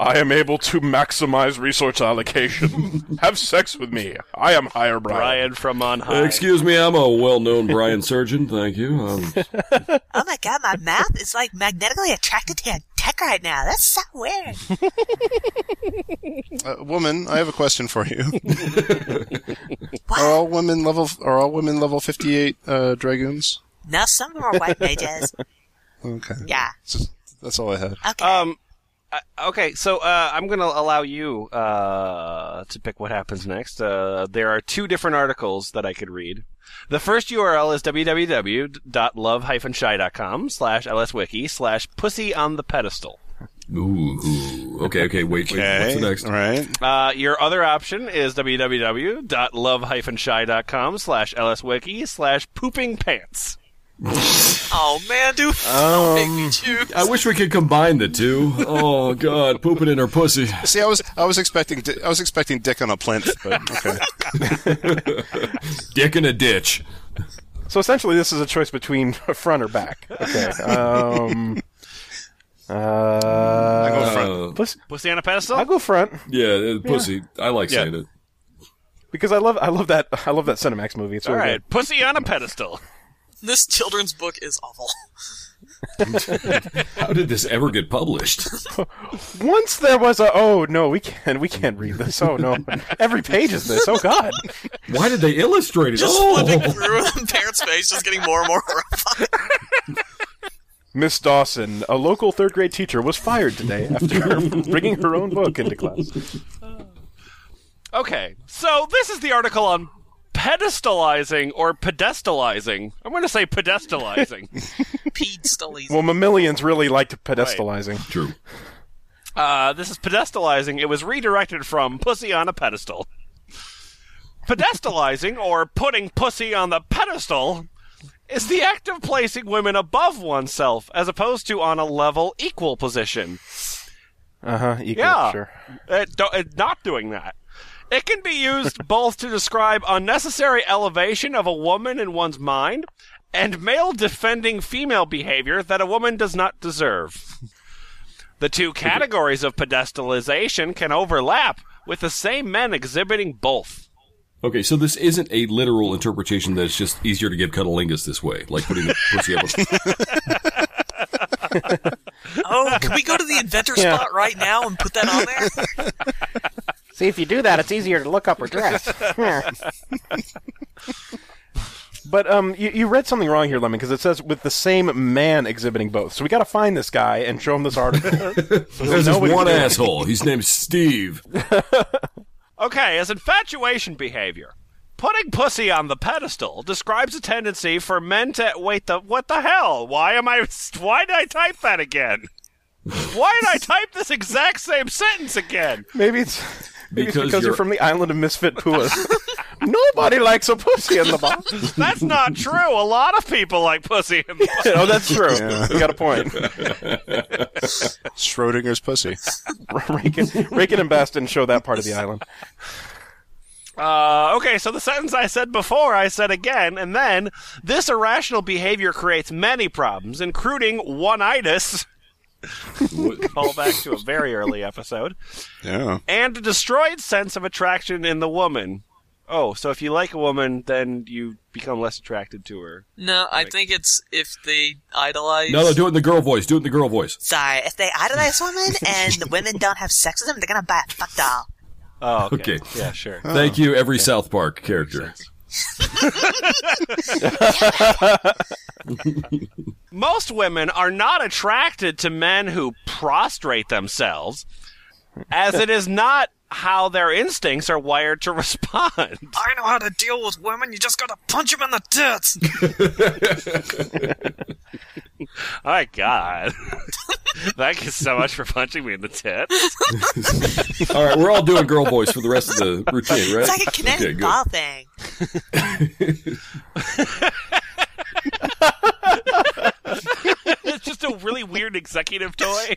Speaker 6: I am able to maximize resource allocation. [laughs] Have sex with me. I am higher
Speaker 4: Brian from on high.
Speaker 2: Uh, excuse me, I'm a well-known Brian surgeon. Thank you. Um,
Speaker 5: Oh my god, my mouth is like magnetically attracted to your dick right now. That's so weird.
Speaker 1: Uh, woman, I have a question
Speaker 10: [laughs]
Speaker 1: for you. [laughs]
Speaker 5: What?
Speaker 1: Are all women level? Are all women level fifty-eight uh, dragoons?
Speaker 5: No, some of them are white mages.
Speaker 1: Okay,
Speaker 5: Yeah.
Speaker 1: that's all I had.
Speaker 5: Okay.
Speaker 4: Um. I- Okay, so uh, I'm going to allow you uh, to pick what happens next. Uh, there are two different articles that I could read. The first URL is www.love-shy.com slash lswiki slash pussy on the pedestal.
Speaker 2: ooh, ooh. Okay, okay, wait, wait. What's the next?
Speaker 1: All right.
Speaker 4: Uh, your other option is www.love-shy.com slash lswiki slash pooping pants.
Speaker 2: [laughs]
Speaker 8: Oh man, dude, don't make me choose.
Speaker 2: I wish we could combine the two. Oh, God, pooping in her pussy.
Speaker 1: See, I was I was expecting di- I was expecting dick on a plinth, but okay.
Speaker 2: Dick in a ditch.
Speaker 6: [laughs] So essentially, this is a choice between front or back. Okay. Um, Uh,
Speaker 1: I go front.
Speaker 2: Uh,
Speaker 6: let's-
Speaker 4: Pussy on a pedestal?
Speaker 6: I'll go front
Speaker 2: yeah, uh, pussy. I like
Speaker 1: Yeah.
Speaker 2: saying it.
Speaker 6: because I love I love that I love that Cinemax movie. It's
Speaker 4: All
Speaker 6: really
Speaker 4: right, pussy on a pedestal.
Speaker 8: This children's book is awful.
Speaker 2: [laughs] How did this ever get published?
Speaker 6: good. [laughs] Once there was a oh no we can't we can't read this oh no every page is this oh god
Speaker 2: Why did they illustrate it?
Speaker 8: Just flipping
Speaker 2: oh,
Speaker 8: through [laughs] the parents' face, just getting more and more horrified.
Speaker 6: Miss Dawson a local third grade teacher was fired today
Speaker 2: [laughs]
Speaker 6: after bringing her own book into class.
Speaker 4: Okay, so this is the article on pedestalizing or pedestalizing. I'm going to say pedestalizing.
Speaker 8: Pete Stully's
Speaker 6: Well, mammalians really liked pedestalizing.
Speaker 2: true.
Speaker 4: uh, this is pedestalizing. It was redirected from pussy on a pedestal. Pedestalizing or putting pussy on the pedestal is the act of placing women above oneself as opposed to on a level equal position.
Speaker 6: Uh huh. Equal,
Speaker 4: Yeah.
Speaker 6: sure.
Speaker 4: It do- it not doing that. It can be used both to describe unnecessary elevation of a woman in one's mind and male defending female behavior that a woman does not deserve. The two categories of pedestalization can overlap, with the same men exhibiting both.
Speaker 2: Okay, so this isn't a literal interpretation that's just easier to give cunnilingus this way, like putting the pussy up.
Speaker 8: Oh, can we go to the inventor spot right now and put that on there?
Speaker 10: [laughs] See, if you do that, it's easier to look up her
Speaker 1: [laughs]
Speaker 10: dress. Yeah.
Speaker 6: But um, you, you read something wrong here, Lemon, because it says with the same man exhibiting both. So we got to find this guy and show him this article.
Speaker 2: There's this
Speaker 6: No, we-
Speaker 2: one asshole. His name's Steve.
Speaker 4: Okay, as infatuation behavior. Putting pussy on the pedestal describes a tendency for men to wait the what the hell? Why am I [laughs] why did I type that again? Why did I type this exact same sentence again?
Speaker 6: maybe it's maybe
Speaker 2: Because
Speaker 6: it's because you're
Speaker 2: you're-
Speaker 6: from the island of misfit poos. Nobody likes a pussy in the box.
Speaker 4: [laughs] That's not true. A lot of people like pussy in the
Speaker 6: [laughs] oh, that's true. We got a point.
Speaker 1: [laughs] Schrodinger's
Speaker 6: [laughs]
Speaker 1: pussy.
Speaker 6: Rankin, Rankin and Baston show that part of the island.
Speaker 4: Uh, okay, so the sentence I said before, I said again, and then this irrational behavior creates many problems, including one-itis. [laughs] Call back to a very early episode.
Speaker 1: Yeah.
Speaker 4: and a destroyed sense of attraction in the woman. Oh, so if you like a woman, then you become less attracted to her.
Speaker 8: No, I think it's if they idolize.
Speaker 2: No, no, do it in the girl voice. Do it in the girl voice.
Speaker 5: Sorry, if they
Speaker 2: [laughs]
Speaker 5: idolize women and the women don't have sex with them, they're gonna buy a fuck doll.
Speaker 4: Oh,
Speaker 2: okay. Okay.
Speaker 4: Yeah, sure.
Speaker 2: Thank you, every South Park character. [laughs]
Speaker 4: Most women are not attracted to men who prostrate themselves, as it is not how their instincts are wired to [laughs] respond.
Speaker 8: I know how to deal with women. You just gotta punch them in the tits.
Speaker 4: My God. [laughs] Thank you so much for punching me in the tits. [laughs]
Speaker 2: All right, we're all doing girl voice for the rest of the routine, right?
Speaker 5: It's like a kinetic
Speaker 2: Okay, good.
Speaker 5: ball thing.
Speaker 4: It's just a really weird executive toy.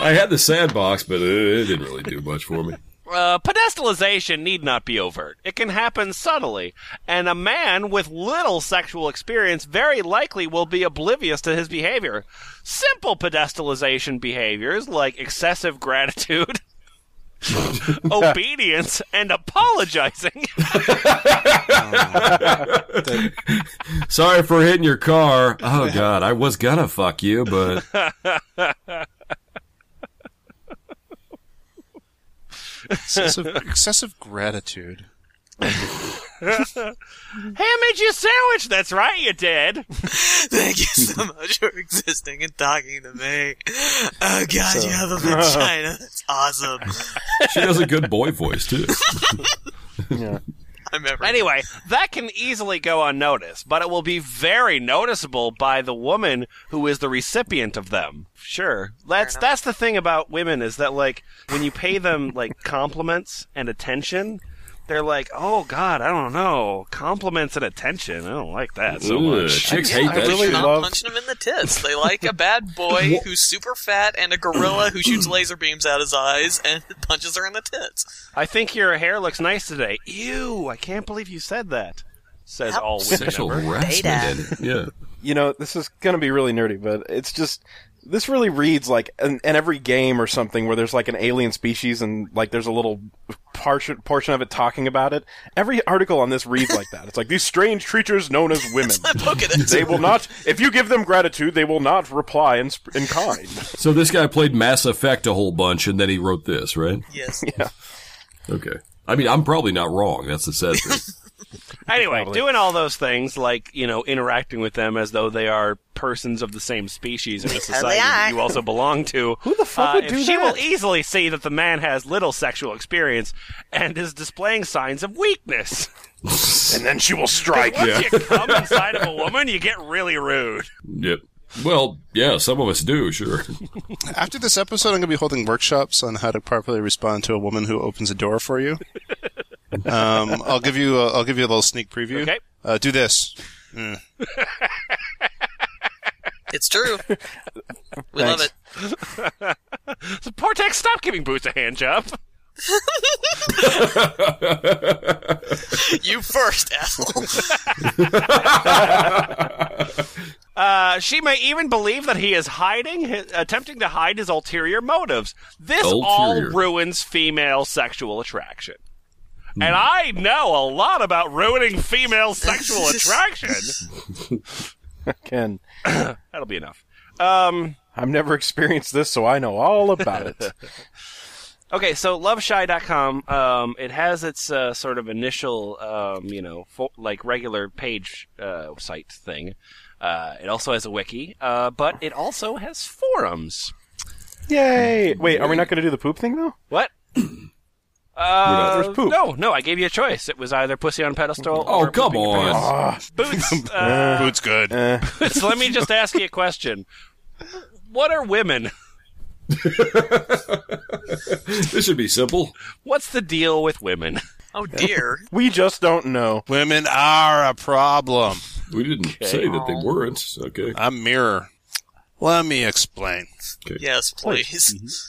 Speaker 2: I had the sad box, but uh, it didn't really do much for me.
Speaker 4: Uh, pedestalization need not be overt. It can happen subtly, and a man with little sexual experience very likely will be oblivious to his behavior. Simple pedestalization behaviors like excessive gratitude, [laughs] obedience, and apologizing [laughs]
Speaker 2: Sorry for hitting your car. Oh God, I was gonna fuck you, but
Speaker 1: Excessive, excessive gratitude.
Speaker 4: Hamage your sandwich. That's right, you did.
Speaker 8: [laughs] Thank you so much [laughs] for existing and talking to me. Oh god, you have a vagina. That's awesome.
Speaker 2: she does a good boy voice too.
Speaker 8: [laughs] I'm ever.
Speaker 4: Anyway, that can easily go unnoticed, but it will be very noticeable by the woman who is the recipient of them. Sure. That's that's the thing about women is that like when you pay them like compliments and attention, they're like, "Oh god, I don't know. Compliments and attention. I don't like that so
Speaker 2: Ugh,
Speaker 4: much."
Speaker 2: chicks hate
Speaker 6: I
Speaker 2: that.
Speaker 6: really
Speaker 2: shit.
Speaker 8: Not
Speaker 6: love-
Speaker 8: punching them in the tits. They like a bad boy who's super fat and a gorilla who shoots laser beams out his eyes and [laughs] punches her in the tits.
Speaker 4: I think your hair looks nice today. Ew, I can't believe you said that.
Speaker 7: says
Speaker 5: Yep.
Speaker 7: all women
Speaker 2: Sexual
Speaker 7: ever.
Speaker 2: harassment.
Speaker 5: Beta.
Speaker 2: and- Yeah.
Speaker 6: you know, this is going to be really nerdy, but it's just this really reads like in, in every game or something where there's like an alien species and like there's a little portion portion of it talking about it. Every article on this reads like that. It's like these strange creatures known as women.
Speaker 8: Pokedex.
Speaker 6: They will not. If you give them gratitude, they will not reply in sp- in
Speaker 2: [laughs]
Speaker 6: kind.
Speaker 2: So this guy played Mass Effect a whole bunch, and then he wrote this, right?
Speaker 8: Yes.
Speaker 2: Okay. I mean, I'm probably not wrong. That's the sad
Speaker 5: [laughs]
Speaker 2: thing.
Speaker 4: [laughs] Anyway, doing all those things, like, you know, interacting with them as though they are persons of the same species in a society that
Speaker 5: are.
Speaker 4: you also belong
Speaker 6: [laughs]
Speaker 4: to. Who
Speaker 6: the fuck would
Speaker 4: if
Speaker 6: do
Speaker 4: She
Speaker 6: that?
Speaker 4: will easily see that the man has little sexual experience and is displaying signs of weakness.
Speaker 6: [laughs] And then she will strike.
Speaker 4: Once
Speaker 2: Yeah.
Speaker 4: you come inside of a woman, you get really rude.
Speaker 2: Yep. Well, yeah, some of us do, sure.
Speaker 1: After this episode, I'm going to be holding workshops on how to properly respond to a woman who opens a door for you. um, I'll give you a, I'll give you a little sneak preview.
Speaker 4: Okay.
Speaker 1: Uh, do this. Mm.
Speaker 8: It's true. We love it.
Speaker 4: [laughs] So, Portex, stop giving Boots a hand job.
Speaker 8: You first, asshole.
Speaker 4: [laughs] Uh, she may even believe that he is hiding, his, attempting to hide his ulterior motives. This all
Speaker 2: Ulterior.
Speaker 4: ruins female sexual attraction. And I know a lot about ruining female
Speaker 8: [laughs]
Speaker 4: sexual attraction.
Speaker 6: Ken,
Speaker 4: That'll be enough. Um,
Speaker 6: I've never experienced this, so I know all about it.
Speaker 4: okay, so loveshy.com, um, it has its uh, sort of initial, um, you know, fo- like regular page uh, site thing. Uh, it also has a wiki, uh, but it also has forums.
Speaker 6: Yay! Wait, are we not going to do the poop thing though?
Speaker 2: [clears throat]
Speaker 4: What? Uh,
Speaker 6: There's poop.
Speaker 4: No, no, I gave you a choice. It was either pussy on pedestal
Speaker 2: Oh,
Speaker 4: or
Speaker 2: come
Speaker 4: pooping your
Speaker 2: on.
Speaker 4: pants.
Speaker 6: Ah,
Speaker 2: [laughs]
Speaker 4: Boots. Uh,
Speaker 1: Boots good.
Speaker 4: [laughs] Boots, let me just ask you a question. What are women? [laughs]
Speaker 2: [laughs] this should be simple.
Speaker 4: What's the deal with women?
Speaker 2: [laughs]
Speaker 8: Oh dear.
Speaker 6: we just don't know.
Speaker 1: Women are a problem.
Speaker 2: We didn't say that they weren't. Okay.
Speaker 1: A mirror. Let me explain.
Speaker 8: Yes, please.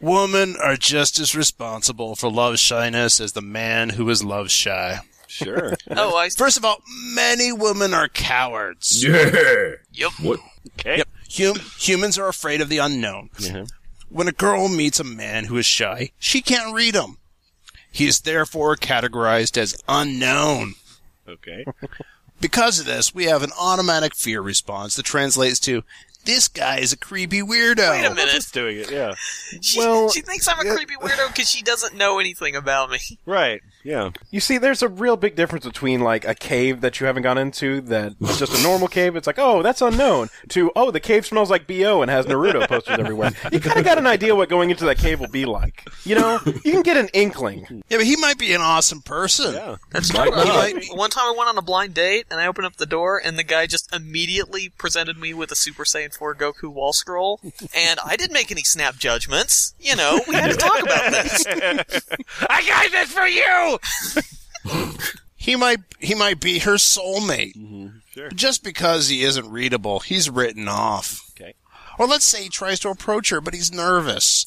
Speaker 1: Women are just as responsible for love shyness as the man who is love shy.
Speaker 4: Sure. [laughs]
Speaker 8: Oh, I.
Speaker 1: First of all, many women are cowards. [laughs]
Speaker 2: Yeah.
Speaker 8: Yep.
Speaker 2: What?
Speaker 4: Okay.
Speaker 1: Yep. Hum- humans are afraid of the unknown. When a girl meets a man who is shy, she can't read him. He is therefore categorized as unknown.
Speaker 4: Okay.
Speaker 1: [laughs] Because of this, we have an automatic fear response that translates to this guy is a creepy weirdo.
Speaker 8: Wait a minute.
Speaker 4: Just doing it,
Speaker 1: [laughs]
Speaker 4: yeah.
Speaker 8: She,
Speaker 6: Well,
Speaker 8: she thinks I'm a creepy weirdo because she doesn't know anything about me.
Speaker 4: Right. Yeah.
Speaker 6: You see, there's a real big difference between like a cave that you haven't gone into that is just a normal cave. It's like, oh, that's unknown. To oh, the cave smells like bo and has Naruto posters everywhere. You kind of got an idea what going into that cave will be like. You know, you can get an inkling.
Speaker 1: Yeah, but he might be an awesome person. Yeah.
Speaker 8: That's
Speaker 2: Might
Speaker 8: true. I-
Speaker 1: not.
Speaker 8: One time I went on a blind date and I opened up the door and the guy just immediately presented me with a Super Saiyan 4 Goku wall scroll. And I didn't make any snap judgments. You know, we had to talk about this.
Speaker 4: I got this for you!
Speaker 1: [laughs] He might he might be her soulmate. Just because he isn't readable, he's written off.
Speaker 4: Okay.
Speaker 1: Or let's say he tries to approach her, but he's nervous.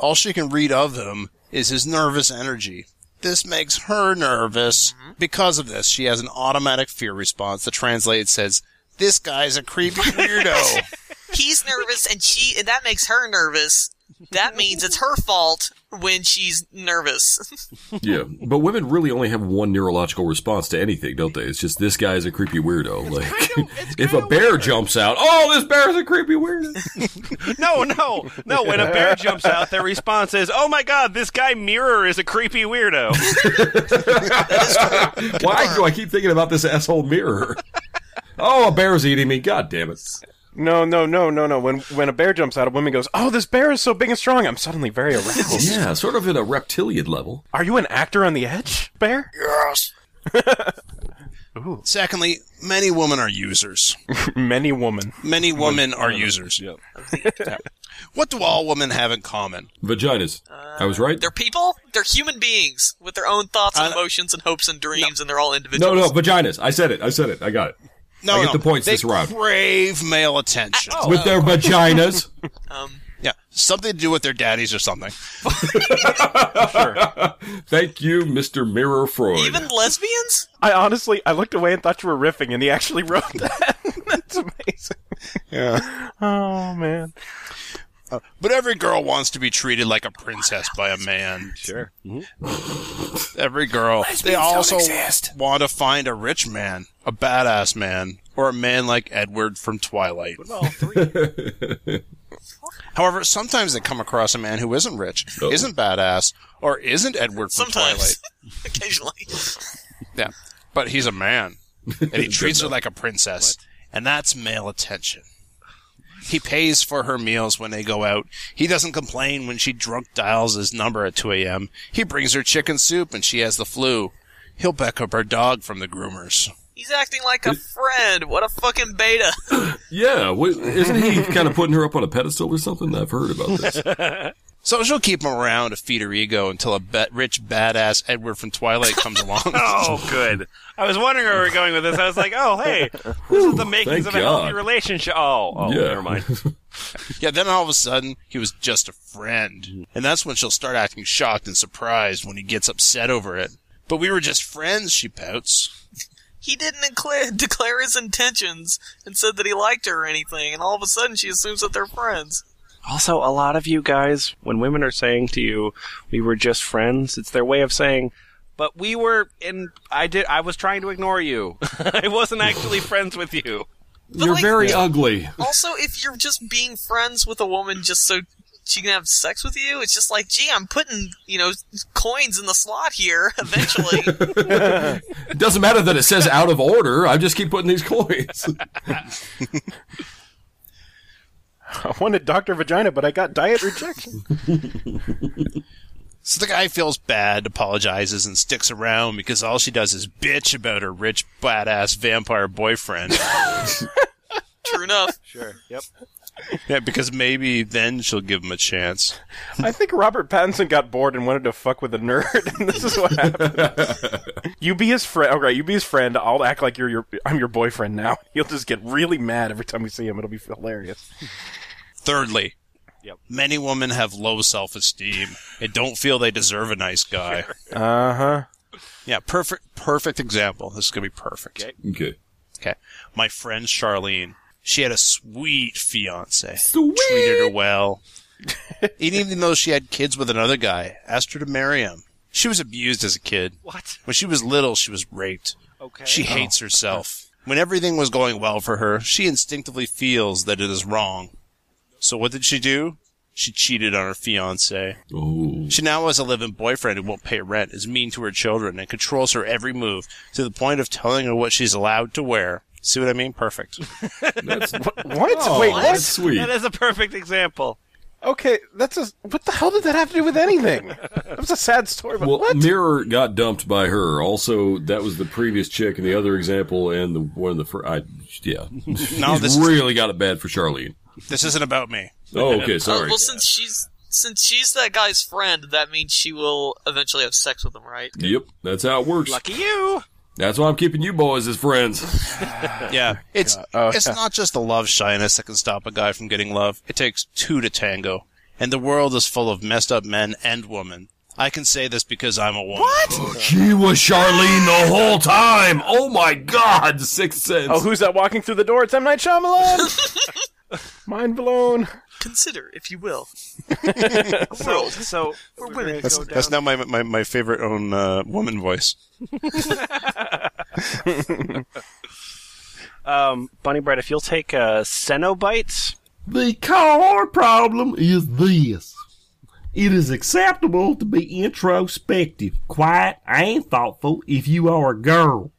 Speaker 1: All she can read of him is his nervous energy. This makes her nervous. Because of this, she has an automatic fear response that translates as this guy's a [laughs] creepy weirdo.
Speaker 8: He's nervous and she, and that makes her nervous. That means it's her fault when she's nervous.
Speaker 2: Yeah. But women really only have one neurological response to anything, don't they? It's just this guy is a creepy weirdo. Like, [laughs] if a bear jumps out, oh, this bear is a creepy
Speaker 8: [laughs]
Speaker 2: weirdo.
Speaker 4: No, no, no. When a bear jumps out, their response is, oh my god, this guy Mirror is a creepy weirdo.
Speaker 2: Why do I keep thinking about this asshole mirror? [laughs] Oh, a bear's eating me. God damn it.
Speaker 6: No, no, no, no, no. When when a bear jumps out, a woman goes, "Oh, this bear is so big and strong." I'm
Speaker 1: [laughs]
Speaker 6: suddenly very aroused.
Speaker 2: Yeah, sort of at a reptilian level.
Speaker 6: Are you an actor on the edge, bear?
Speaker 1: Secondly, many women are users.
Speaker 6: [laughs] Many women.
Speaker 1: Many women are users. [laughs] What do all women have in common?
Speaker 2: Vaginas. I was right.
Speaker 8: They're people, they're human beings with their own thoughts
Speaker 1: Uh,
Speaker 8: and emotions and hopes and dreams, and they're all
Speaker 2: No,
Speaker 8: individuals.
Speaker 2: no, vaginas. I said it. I said it. I got it.
Speaker 1: No,
Speaker 2: I get
Speaker 1: no,
Speaker 2: the points
Speaker 1: they
Speaker 2: this round.
Speaker 1: crave male attention.
Speaker 2: With their vaginas.
Speaker 8: Um,
Speaker 1: Yeah, something to do with their daddies or something.
Speaker 2: Thank you, Mr. Mirror Freud.
Speaker 8: Even lesbians?
Speaker 6: I honestly, I looked away and thought you were riffing, and he actually wrote that. [laughs] That's amazing.
Speaker 1: Yeah,
Speaker 6: Oh man.
Speaker 1: but every girl wants to be treated like a princess by a man. Sure. every girl. They also want to find a rich man, a badass man, or a man like Edward from Twilight. [laughs] However, sometimes they come across a man who isn't rich,
Speaker 2: Oh.
Speaker 1: isn't badass, or isn't Edward from Twilight.
Speaker 8: Sometimes. [laughs] Occasionally.
Speaker 1: Yeah. But he's a man.
Speaker 4: [laughs]
Speaker 1: And he treats her like a princess. And that's male attention. He pays for her meals when they go out. He doesn't complain when she drunk dials his number at 2 a.m. He brings her chicken soup and she has the flu. He'll back up her dog from
Speaker 4: [laughs]
Speaker 1: the groomers.
Speaker 8: He's acting like a friend. What a fucking beta. [laughs]
Speaker 2: Yeah, wait, isn't he kind of putting her up on a pedestal or something? I've heard about
Speaker 1: [laughs]
Speaker 2: this.
Speaker 1: So she'll keep him around to feed her ego until a ba- rich badass Edward from
Speaker 4: [laughs]
Speaker 1: Twilight comes along.
Speaker 4: Oh, good. I was wondering where we were going with this. I was like, oh, hey, this is the makings
Speaker 2: thank
Speaker 4: of a healthy
Speaker 2: God.
Speaker 4: relationship. Oh, oh
Speaker 2: Yeah.
Speaker 4: never mind.
Speaker 2: [laughs]
Speaker 1: Yeah, then all of a sudden, he was just a friend. And that's when she'll start acting shocked and surprised when he gets upset over it. But we were just friends, she pouts.
Speaker 8: He didn't declare, [laughs] declare his intentions and said that he liked her or anything, and all of a sudden she assumes that they're friends.
Speaker 4: Also, a lot of you guys, when women are saying to you, "We were just friends," it's their way of saying, "But we were," and I did. I was trying to ignore you. [laughs] I wasn't actually friends with you.
Speaker 2: You're
Speaker 8: like-
Speaker 2: very ugly.
Speaker 8: Also, if you're just being friends with a woman just so she can have sex with you, it's just like, gee, I'm putting, you know, coins in the slot here [laughs] eventually.
Speaker 2: It doesn't matter that it says out of order. I just keep putting these coins.
Speaker 6: [laughs] I wanted Doctor Vagina, but I got diet rejection.
Speaker 1: So the guy feels bad, apologizes, and sticks around because all she does is bitch about her rich, badass
Speaker 4: [laughs]
Speaker 1: vampire boyfriend.
Speaker 8: True enough.
Speaker 1: yeah, because maybe then she'll give him a chance.
Speaker 6: I think Robert Pattinson got bored and wanted to fuck with a nerd, and this is what happened. you be his friend. Okay, you be his friend. I'll act like you're your. I'm your boyfriend now. He'll just get really mad every time we see him. It'll be hilarious.
Speaker 1: Thirdly,
Speaker 4: Yep.
Speaker 1: many women have low self esteem and don't feel they deserve a nice guy.
Speaker 6: Uh huh.
Speaker 1: Yeah, perfect, perfect example. This is going to be perfect.
Speaker 2: Okay.
Speaker 1: Okay. My friend Charlene. She had a sweet fiance.
Speaker 2: Sweet.
Speaker 1: Treated her well. [laughs] and even though she had kids with another guy, asked her to marry him. She was abused as a kid.
Speaker 4: What?
Speaker 1: When she was little, she was raped.
Speaker 4: Okay.
Speaker 1: She hates herself. When everything was going well for her, she instinctively feels that it is wrong. So what did she do? She cheated on her fiance.
Speaker 2: Oh.
Speaker 1: She now has a live-in boyfriend who won't pay rent, is mean to her children, and controls her every move to the point of telling her what she's allowed to wear. See what I mean? [laughs] Perfect.
Speaker 2: That's,
Speaker 6: What?
Speaker 2: oh,
Speaker 6: Wait. What?
Speaker 2: that's sweet.
Speaker 4: That is a perfect example.
Speaker 6: Okay, that's a. What the hell did that have to do with anything? That was a sad story. But
Speaker 2: Well,
Speaker 6: what?
Speaker 2: Mirror got dumped by her. Also, that was the previous chick in the other example, and the one of the first. I, yeah,
Speaker 1: No,
Speaker 2: He's
Speaker 1: this is-
Speaker 2: really got it bad for Charlene.
Speaker 1: This isn't about me.
Speaker 2: Oh, okay,
Speaker 8: Uh,
Speaker 2: sorry.
Speaker 8: well, since she's since she's that guy's friend, that means she will eventually have sex with him, right?
Speaker 2: Yep, that's how it works.
Speaker 4: Lucky
Speaker 8: [laughs]
Speaker 4: you.
Speaker 2: That's why I'm keeping you boys as friends.
Speaker 1: Yeah, it's
Speaker 6: Oh,
Speaker 1: it's
Speaker 6: yeah.
Speaker 1: not just the love shyness that can stop a guy from getting love. It takes two to tango, and the world is full of messed up men and women. I can say this because I'm a woman. What?
Speaker 2: she was Charlene the whole time. Oh my God, Sixth Sense.
Speaker 6: Oh, who's that walking through the door? It's M Night Shyamalan. [laughs] Mind blown.
Speaker 8: Consider, if you
Speaker 4: [laughs]
Speaker 8: will.
Speaker 4: So, so we're gonna go down.
Speaker 1: That's now my my, my favorite own uh, woman [laughs] voice.
Speaker 4: [laughs] Um, Bunny Bread, if you'll take uh, Cenobites.
Speaker 7: The core problem is this. It is acceptable to be introspective, quiet, and thoughtful if you are a girl.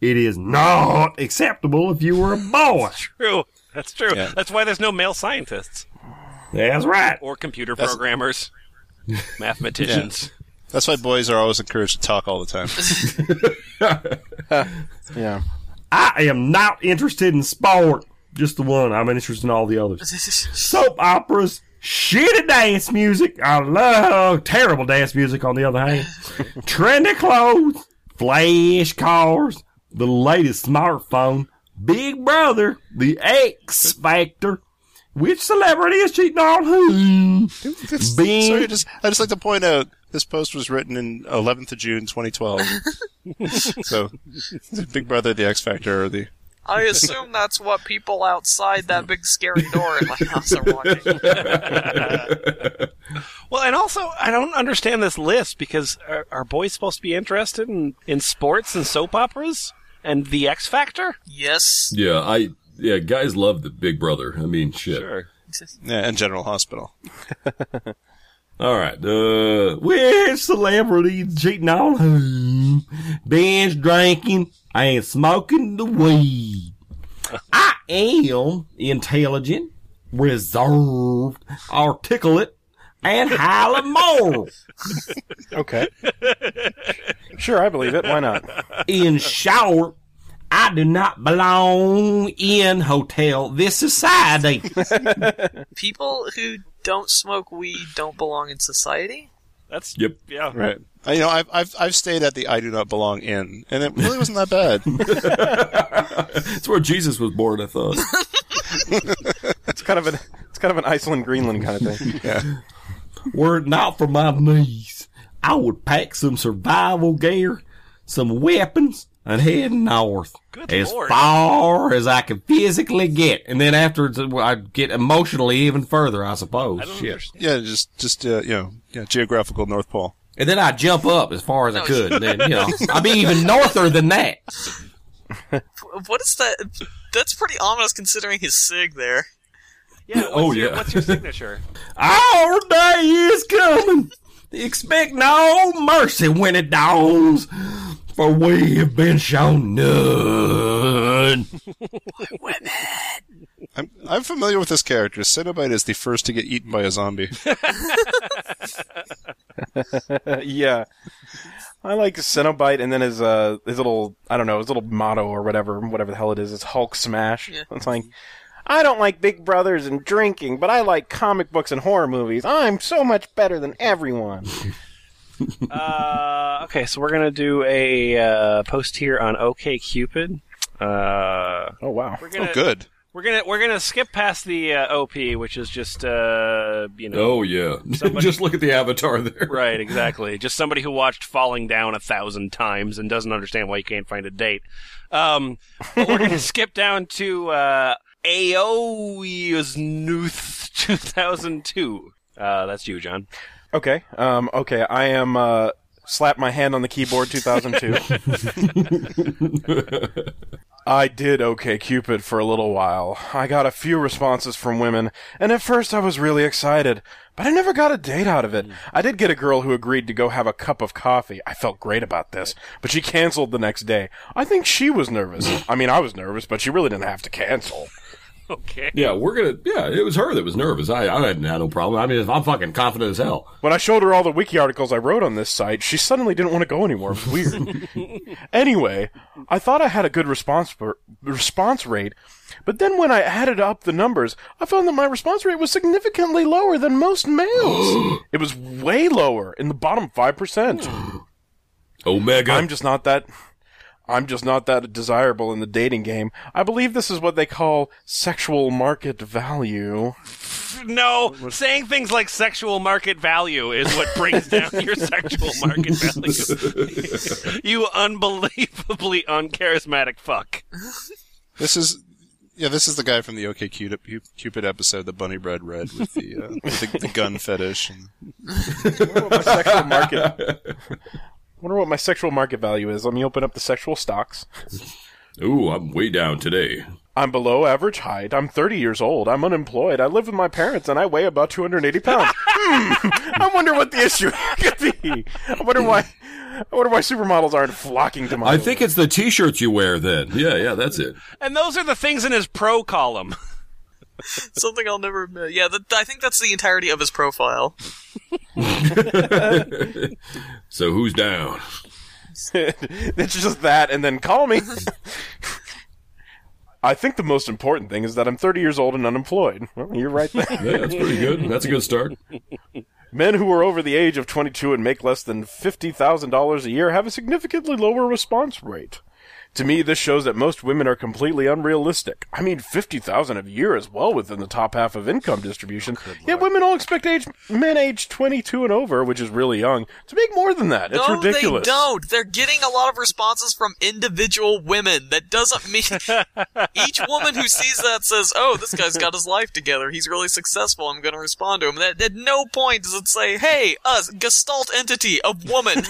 Speaker 7: It is not acceptable if you are a boy.
Speaker 4: True. That's true.
Speaker 1: Yeah.
Speaker 4: That's why there's no male scientists
Speaker 7: That's right.
Speaker 4: or computer programmers, mathematicians.
Speaker 1: That's why boys are always encouraged to talk all the
Speaker 6: [laughs]
Speaker 1: time. [laughs]
Speaker 6: Yeah.
Speaker 7: I am not interested in sport. Just the one. I'm interested in all the others. Soap operas, shitty dance music. I love terrible dance music, on the other hand. Trendy clothes, flash cars, the latest smartphone, Big Brother, The X Factor, Which celebrity is cheating on who?
Speaker 1: It's-
Speaker 7: Bing.
Speaker 1: Sorry, I just, I just like to point out this post was written in 11th of June,
Speaker 6: [laughs]
Speaker 1: 2012. so, Big Brother, The X Factor, or the
Speaker 8: I assume that's what people outside that big scary door in my house are
Speaker 6: [laughs]
Speaker 8: watching.
Speaker 4: [laughs] Well, and also, I don't understand this list because are, are boys supposed to be interested in, in sports and soap operas and The X Factor?
Speaker 8: Yes.
Speaker 2: Yeah, I yeah, guys love the Big Brother. I mean, shit.
Speaker 1: yeah, and General Hospital.
Speaker 2: [laughs] All right, uh,
Speaker 7: Which celebrity is cheating on who? Ben's drinking and smoking the weed. I am intelligent, reserved, articulate, and highly moral.
Speaker 6: [laughs] Okay. sure, I believe it. Why not?
Speaker 7: In short, I do not belong in hotel this
Speaker 6: [laughs]
Speaker 7: society.
Speaker 8: People who don't smoke weed don't belong in society?
Speaker 4: That's
Speaker 2: yep.
Speaker 4: yeah.
Speaker 1: Right. I, you know, I've, I've, I've stayed at the I Do Not Belong Inn, and it really wasn't
Speaker 7: [laughs]
Speaker 1: that bad.
Speaker 2: That's where Jesus was born, I thought.
Speaker 1: [laughs]
Speaker 6: It's kind of an [laughs] it's kind of an Iceland Greenland kind
Speaker 7: [laughs]
Speaker 6: of thing.
Speaker 7: Were it not for my knees, I would pack some survival gear, some weapons, and head north
Speaker 4: Good
Speaker 7: as
Speaker 4: Lord.
Speaker 7: far as I could physically get. And then after I get emotionally even further, I suppose. Shit.
Speaker 1: yeah, just, just uh, you know, yeah, geographical North Pole.
Speaker 7: And then I jump up as far as
Speaker 6: Oh,
Speaker 7: I could. And then you
Speaker 4: [laughs]
Speaker 7: know, I'd be
Speaker 6: [laughs]
Speaker 7: even norther than that.
Speaker 8: What is that? That's pretty ominous considering his sig there.
Speaker 4: Yeah. What's
Speaker 2: [laughs] Oh,
Speaker 4: your,
Speaker 2: yeah.
Speaker 4: What's your signature?
Speaker 7: Our day is coming. Expect no mercy when it dawns, for we have been shown none.
Speaker 1: [laughs] I'm, I'm familiar with this character. Cenobite is the first to get eaten by a zombie.
Speaker 6: [laughs] yeah. I like Cenobite and then his uh his little I don't know, his little motto or whatever whatever the hell it is, it's Hulk Smash.
Speaker 8: Yeah.
Speaker 6: It's like I don't like big brothers and drinking, but I like comic books and horror movies. I'm so much better than [laughs] everyone.
Speaker 4: Uh, okay, so we're gonna do a uh, post here on OK Cupid. Uh,
Speaker 6: Oh wow.
Speaker 4: we're gonna
Speaker 1: Oh, good.
Speaker 4: we're gonna we're gonna skip past the uh, OP, which is just uh, you know
Speaker 2: Oh yeah. Just look at the avatar there.
Speaker 4: Right, exactly. Just somebody who watched Falling Down a thousand times and doesn't understand why you can't find a date. Um, but
Speaker 2: [laughs]
Speaker 4: we're going to skip down to uh, Aoi's 2002. Uh, that's you, John.
Speaker 6: Okay. Um okay, I am uh slap my hand on the keyboard 2002. I did okay Cupid for a little while. I got a few responses from women, and at first I was really excited, but I never got a date out of it. I did get a girl who agreed to go have a cup of coffee. I felt great about this, but she canceled the next day. I think she was nervous. I mean, I was nervous, but she really didn't have to cancel.
Speaker 4: Okay.
Speaker 2: Yeah, we're gonna. Yeah, it was her that was nervous. I, I hadn't had no problem. I mean, I'm fucking confident as hell.
Speaker 6: When I showed her all the wiki articles I wrote on this site, she suddenly didn't want to go anymore. It was
Speaker 7: [laughs]
Speaker 6: [laughs] weird. anyway, I thought I had a good response per- response rate, but then when I added up the numbers, I found that my response rate was significantly lower than most males. it was way lower, in the bottom 5%.
Speaker 2: Omega.
Speaker 6: I'm just not that I'm just not that desirable in the dating game. I believe this is what they call sexual market value.
Speaker 4: No, saying things like sexual market value is what brings down
Speaker 2: [laughs]
Speaker 4: your sexual market value. you unbelievably uncharismatic fuck.
Speaker 1: This is. Yeah, this is the guy from the OK Cupid, Cupid episode, the bunny bread red with the uh, with the, the gun fetish. And,
Speaker 6: my sexual market. [laughs] Wonder what my sexual market value is. Let me open up the sexual stocks.
Speaker 2: Ooh, I'm way down today.
Speaker 6: I'm below average height. I'm 30 years old. I'm unemployed. I live with my parents, and I weigh about 280 pounds. hmm. [laughs] I wonder what the issue [laughs] could be. I wonder why. I wonder why supermodels aren't flocking to my.
Speaker 2: I think it's the t-shirts you wear then. Yeah, yeah, that's [laughs] it.
Speaker 4: And those are the things in his pro column.
Speaker 8: [laughs] Something I'll never admit. Yeah, that, I think that's the entirety of his profile.
Speaker 2: So who's down?
Speaker 8: [laughs]
Speaker 6: it's just that, and then call me. I think the most important thing is that I'm 30 years old and unemployed. Well, you're right there.
Speaker 2: [laughs] Yeah, that's pretty good. That's a good start.
Speaker 6: Men who are over the age of 22 and make less than $50,000 a year have a significantly lower response rate. To me, this shows that most women are completely unrealistic. I mean, 50,000 a year is well within the top half of income distribution.
Speaker 2: Oh,
Speaker 6: Yet women all expect age, men age 22 and over, which is really young, to make more than that. It's
Speaker 8: no,
Speaker 6: ridiculous.
Speaker 8: they don't. They're getting a lot of responses from individual women. That
Speaker 6: [laughs]
Speaker 8: doesn't mean each woman who sees that says, "Oh, this guy's got his life together. He's really successful. I'm going to respond to him." That at no point does it say, "Hey, us gestalt entity of
Speaker 6: [laughs]
Speaker 8: woman, a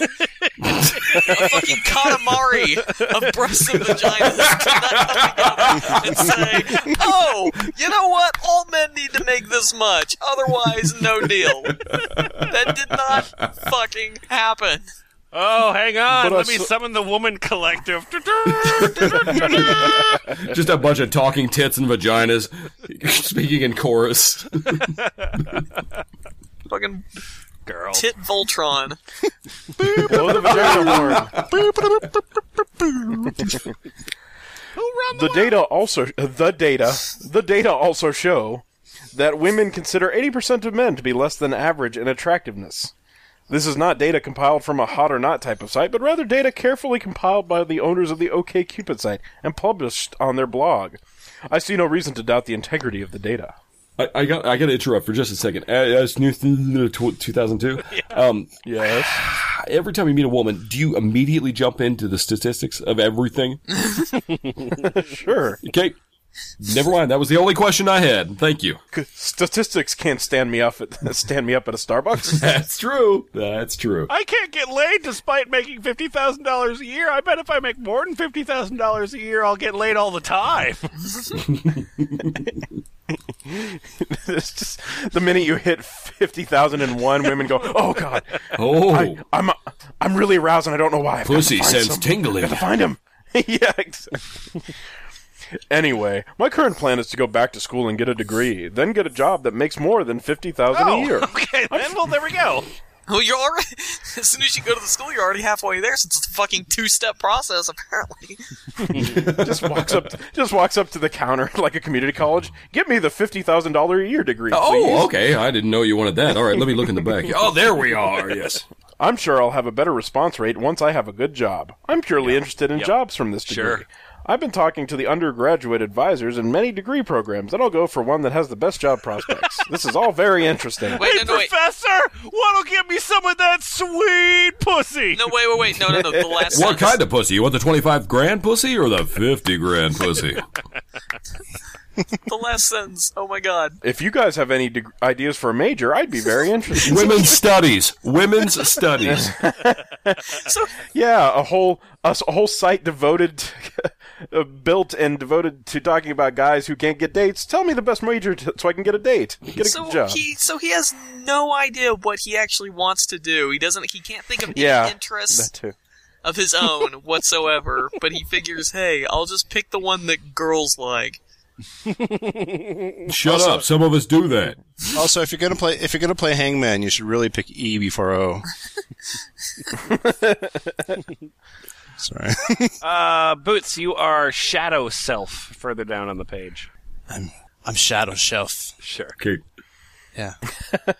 Speaker 8: fucking katamari of breasts and vaginas." [laughs] Do not come together and say, "Oh, you know what? All men need to make this much. Otherwise, no deal." that did not fucking happen.
Speaker 4: Oh, hang on.
Speaker 6: But uh, I
Speaker 4: Let me
Speaker 6: saw-
Speaker 4: summon the woman collective.
Speaker 6: [laughs]
Speaker 2: Just a bunch of talking tits and vaginas [laughs] speaking in chorus.
Speaker 8: Fucking
Speaker 4: Girl.
Speaker 8: tit Voltron.
Speaker 6: Blow the vagina horn. the data also the data the data also show that women consider 80% of men to be less than average in attractiveness. This is not data compiled from a hot or not type of site, but rather data carefully compiled by the owners of the OKCupid site and published on their blog. I see no reason to doubt the integrity of the data.
Speaker 2: I, I got I got to interrupt for just a second. As new two thousand
Speaker 6: [laughs]
Speaker 2: two. Um,
Speaker 6: Yes.
Speaker 2: [sighs] every time you meet a woman, do you immediately jump into the statistics of everything?
Speaker 6: [laughs] Sure.
Speaker 2: Okay, never mind. That was the only question I had. Thank you.
Speaker 6: C- [laughs] Statistics can't stand me up at [laughs] stand me up at a Starbucks.
Speaker 2: That's true. That's true.
Speaker 4: I can't get laid despite making $50,000 a year. I bet if I make more than $50,000 a year, I'll get laid all the time.
Speaker 6: [laughs] it's just the minute you hit fifty thousand and one, women go, "Oh God,
Speaker 2: Oh,
Speaker 6: I, I'm I'm really aroused and I don't know why." I've got to
Speaker 2: pussy
Speaker 6: find
Speaker 2: sense
Speaker 6: some-
Speaker 2: tingling.
Speaker 6: Got to find him. [laughs] yeah. exactly. anyway, my current plan is to go back to school and get a degree, then get a job that makes more than fifty thousand
Speaker 2: Oh.
Speaker 6: a
Speaker 2: [laughs]
Speaker 6: year.
Speaker 4: okay, then, well, there we go.
Speaker 8: Well, you're already. [laughs] As soon as you go to the school, you're already halfway there since it's a fucking two step process, apparently.
Speaker 6: just walks up, just walks up to the counter [laughs] like a community college. Get me the fifty thousand dollar a year degree. please."
Speaker 2: oh, okay. I didn't know you wanted that. All right, let me look in the
Speaker 6: [laughs]
Speaker 2: back. Oh, there we are. Yes.
Speaker 6: I'm sure I'll have a better response rate once I have a good job. I'm purely interested in jobs from this degree.
Speaker 4: Sure.
Speaker 6: I've been talking to the undergraduate advisors in many degree programs, and I'll go for one that has the best job
Speaker 2: [laughs]
Speaker 6: prospects. this is all very interesting.
Speaker 8: Wait,
Speaker 4: Hey,
Speaker 8: no, no, wait.
Speaker 4: Professor, what'll give me some of that sweet pussy?
Speaker 8: No, wait, wait, wait. No, no, no.
Speaker 4: [laughs]
Speaker 8: The last
Speaker 2: What
Speaker 8: sentence.
Speaker 2: kind of pussy? You want the twenty-five grand pussy or the fifty grand
Speaker 6: [laughs]
Speaker 2: pussy?
Speaker 8: [laughs] The last sentence. Oh my god.
Speaker 6: If you guys have any deg- ideas for a major, I'd
Speaker 2: [laughs]
Speaker 6: be very interested.
Speaker 2: Women's
Speaker 6: [laughs]
Speaker 2: studies. Women's studies.
Speaker 8: So,
Speaker 6: yeah, a whole a, s- a whole site devoted, [laughs] uh, built and devoted to talking about guys who can't get dates. Tell me the best major t- so I can get a date, get a
Speaker 8: so
Speaker 6: job.
Speaker 8: he, so he has no idea what he actually wants to do. He doesn't. He can't think of any
Speaker 6: Yeah,
Speaker 8: interests
Speaker 6: that too.
Speaker 8: of his own whatsoever. But he figures, hey, I'll just pick the one that girls like.
Speaker 2: Shut up. Some of us do that.
Speaker 1: Also, if you're gonna play, if you're gonna play Hangman, you should really pick E before O. Sorry, [laughs]
Speaker 4: Uh, Boots, you are shadow self further down on the page.
Speaker 1: I'm I'm Shadow Shelf.
Speaker 4: Sure.
Speaker 2: Okay.
Speaker 1: Yeah.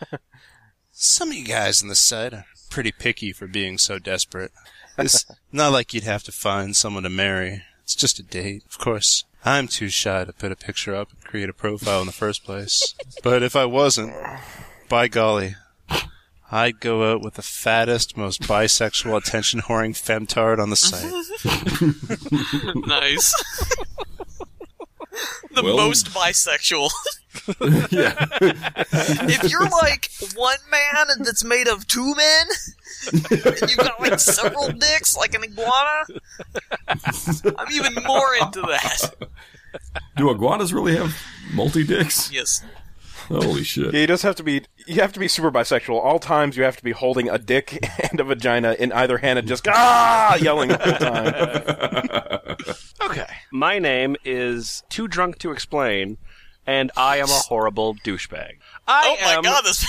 Speaker 1: [laughs] Some of you guys on the site are pretty picky for being so desperate. It's [laughs] not like you'd have to find someone to marry. It's just a date, of course. I'm too shy to put a picture up and create a profile in the first place. But if I wasn't, by golly, I'd go out with the fattest, most bisexual, attention whoring femtard on the site.
Speaker 8: Nice. the
Speaker 2: Well-
Speaker 8: most bisexual.
Speaker 2: [laughs] Yeah. [laughs]
Speaker 8: if you're like one man that's made of two men, and you've got like several dicks, like an iguana, I'm even more into that.
Speaker 2: Do iguanas really have multi dicks?
Speaker 8: Yes.
Speaker 2: Holy shit.
Speaker 6: Yeah, you just have to be. You have to be super bisexual. All times you have to be holding a dick [laughs] and a vagina in either hand and just ah yelling the whole
Speaker 8: [laughs]
Speaker 6: time.
Speaker 4: [laughs] Okay. My name is Too Drunk to Explain, and I am a horrible douchebag. I
Speaker 8: Oh my
Speaker 4: am,
Speaker 8: god, this.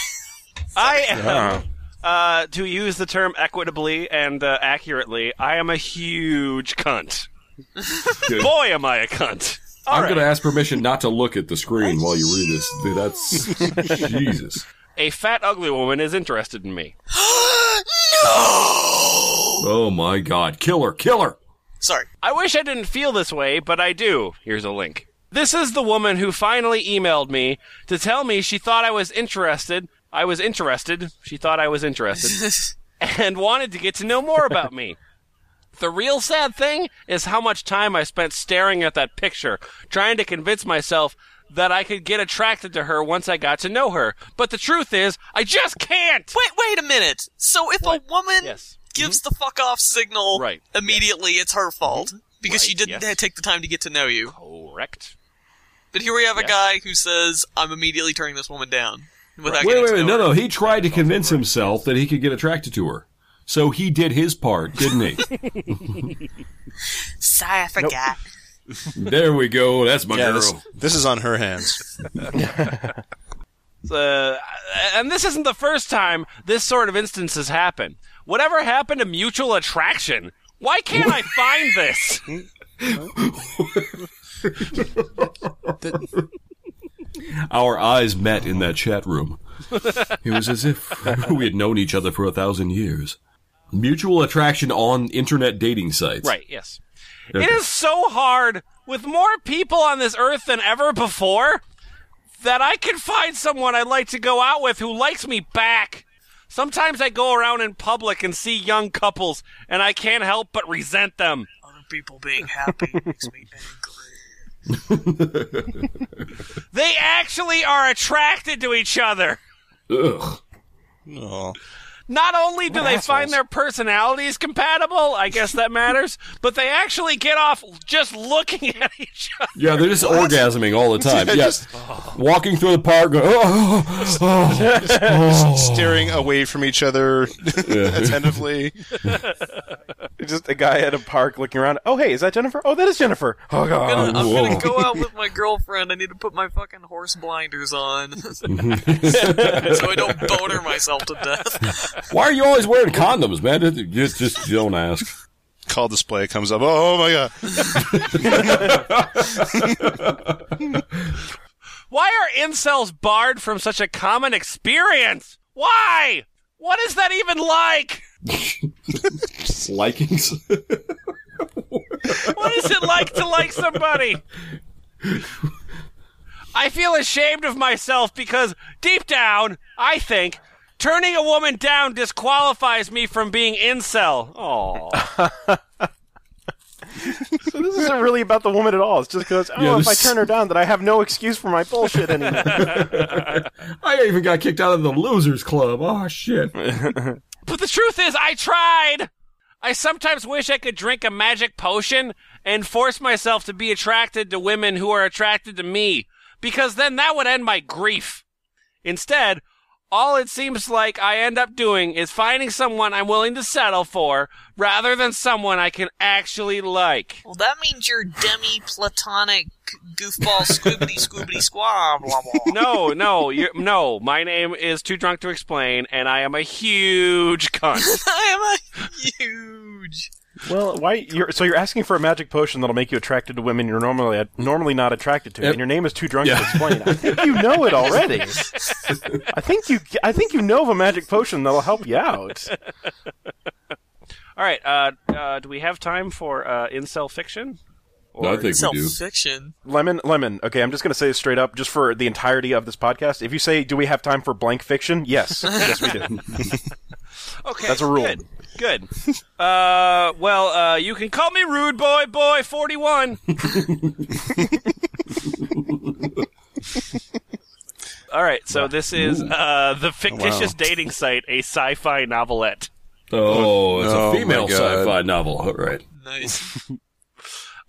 Speaker 4: [laughs] I am, uh, to use the term equitably and uh, accurately, I am a huge cunt. Boy, am I a cunt. All
Speaker 2: I'm
Speaker 4: right.
Speaker 2: going to ask permission not to look at the screen while you read this. Dude,
Speaker 4: [laughs]
Speaker 2: That's Jesus.
Speaker 4: A fat, ugly woman is interested in me.
Speaker 8: no!
Speaker 2: Oh my God. Killer, killer.
Speaker 8: Sorry.
Speaker 4: I wish I didn't feel this way, but I do. Here's a link. This is the woman who finally emailed me to tell me she thought I was interested. I was interested. She thought I was
Speaker 8: [laughs]
Speaker 4: interested and wanted to get to know more about me. The real sad thing is how much time I spent staring at that picture, trying to convince myself that I could get attracted to her once I got to know her. But the truth is, I just can't!
Speaker 8: Wait, [laughs] wait a minute. So if
Speaker 4: What?
Speaker 8: a woman
Speaker 4: Yes. Mm-hmm.
Speaker 8: gives the fuck off signal
Speaker 4: Right. Mm-hmm.
Speaker 8: immediately, it's her fault because she
Speaker 4: Right,
Speaker 8: didn't
Speaker 4: yes.
Speaker 8: take the time to get to know you.
Speaker 4: Correct.
Speaker 8: But here we have a
Speaker 4: Yes.
Speaker 8: guy who says, "I'm immediately turning this woman down." Without
Speaker 2: Wait,
Speaker 8: getting
Speaker 2: wait,
Speaker 8: to
Speaker 2: wait.
Speaker 8: know
Speaker 2: No,
Speaker 8: her.
Speaker 2: no. He tried to convince himself that he could get attracted to her. So he did his part, didn't
Speaker 4: [laughs]
Speaker 2: he?
Speaker 5: Sorry, I forgot.
Speaker 2: there we go. That's my
Speaker 1: Yeah,
Speaker 2: girl.
Speaker 1: this, this is on her hands.
Speaker 4: uh, and this isn't the first time this sort of instance has happened. Whatever happened to mutual attraction? Why can't I find this?
Speaker 2: Our eyes met in that chat room. It was as if [laughs] we had known each other for a thousand years. Mutual attraction on internet dating sites.
Speaker 4: Right, yes. It is so hard with more people on this earth than ever before that I can find someone I'd like to go out with who likes me back. Sometimes I go around in public and see young couples and I can't help but resent them.
Speaker 8: Other people being happy makes me angry.
Speaker 4: [laughs] They actually are attracted to each other.
Speaker 2: Ugh.
Speaker 1: Oh.
Speaker 4: Not only do they find their personalities compatible, I guess that matters, [laughs] but they actually get off just looking [laughs] at each other.
Speaker 2: Yeah, they're just orgasming all the time.
Speaker 1: Yeah,
Speaker 2: yes. Walking through the park, going, oh, oh, oh.
Speaker 6: [laughs]
Speaker 1: Staring away from each other attentively.
Speaker 6: Just a guy at a park looking around. Oh, hey, is that Jennifer? Oh, that is Jennifer. [laughs] Oh, God.
Speaker 8: I'm gonna, I'm
Speaker 2: whoa.
Speaker 8: gonna go out with my girlfriend. I need to put my fucking horse blinders
Speaker 4: [laughs]
Speaker 8: on [laughs] so I don't boner myself to death.
Speaker 4: [laughs]
Speaker 2: Why are you always wearing condoms, man? Just, just don't ask.
Speaker 1: Call display comes up. Oh my god.
Speaker 4: Why are incels barred from such a common experience? Why? What is that even like?
Speaker 2: [laughs] Likings.
Speaker 4: What is it like to like somebody? I feel ashamed of myself because deep down, I think turning a woman down disqualifies me from being incel. Oh.
Speaker 6: So [laughs] this isn't really about the woman at all. It's just because, oh,
Speaker 2: Yeah,
Speaker 6: if I
Speaker 2: this-
Speaker 6: turn her down, then I have no excuse for my bullshit anymore.
Speaker 2: [laughs]
Speaker 7: I even got kicked out of the losers club. Oh
Speaker 4: [laughs]
Speaker 7: shit!
Speaker 4: But the truth is, I tried. I sometimes wish I could drink a magic potion and force myself to be attracted to women who are attracted to me, because then that would end my grief. Instead, all it seems like I end up doing is finding someone I'm willing to settle for rather than someone I can actually like.
Speaker 8: Well, that means you're demi platonic goofball
Speaker 4: [laughs]
Speaker 8: squibbity squibbity squab blah blah.
Speaker 4: No, no, you're, no. My name is Too Drunk to Explain, and I am a huge
Speaker 8: [laughs]
Speaker 4: cunt.
Speaker 8: I am a huge.
Speaker 6: Well, why? You're, so you're asking for a magic potion that'll make you attracted to women you're normally normally not attracted to,
Speaker 2: Yep.
Speaker 6: and your name is too drunk to explain. I think you
Speaker 2: [laughs]
Speaker 6: know it already. I think you I think you know of a magic potion that'll help you out.
Speaker 4: All right, uh, uh, do we have time for uh, incel fiction?
Speaker 2: I think
Speaker 8: Self
Speaker 2: we do.
Speaker 8: fiction.
Speaker 6: Lemon, lemon. Okay, I'm just gonna say this straight up, just for the entirety of this podcast. If you say, "Do we have time for blank fiction?"
Speaker 4: [laughs]
Speaker 6: Yes, yes, we do.
Speaker 4: Okay,
Speaker 6: That's a rule.
Speaker 4: Good. good. [laughs] Uh, well, uh, you can call me rude boy, boy forty-one.
Speaker 2: [laughs]
Speaker 4: All right, so this is uh, the fictitious dating site, a sci-fi novelette.
Speaker 2: Oh, it's
Speaker 1: Oh,
Speaker 2: a female
Speaker 1: my God.
Speaker 2: sci-fi novel. All right.
Speaker 8: Nice.
Speaker 4: [laughs]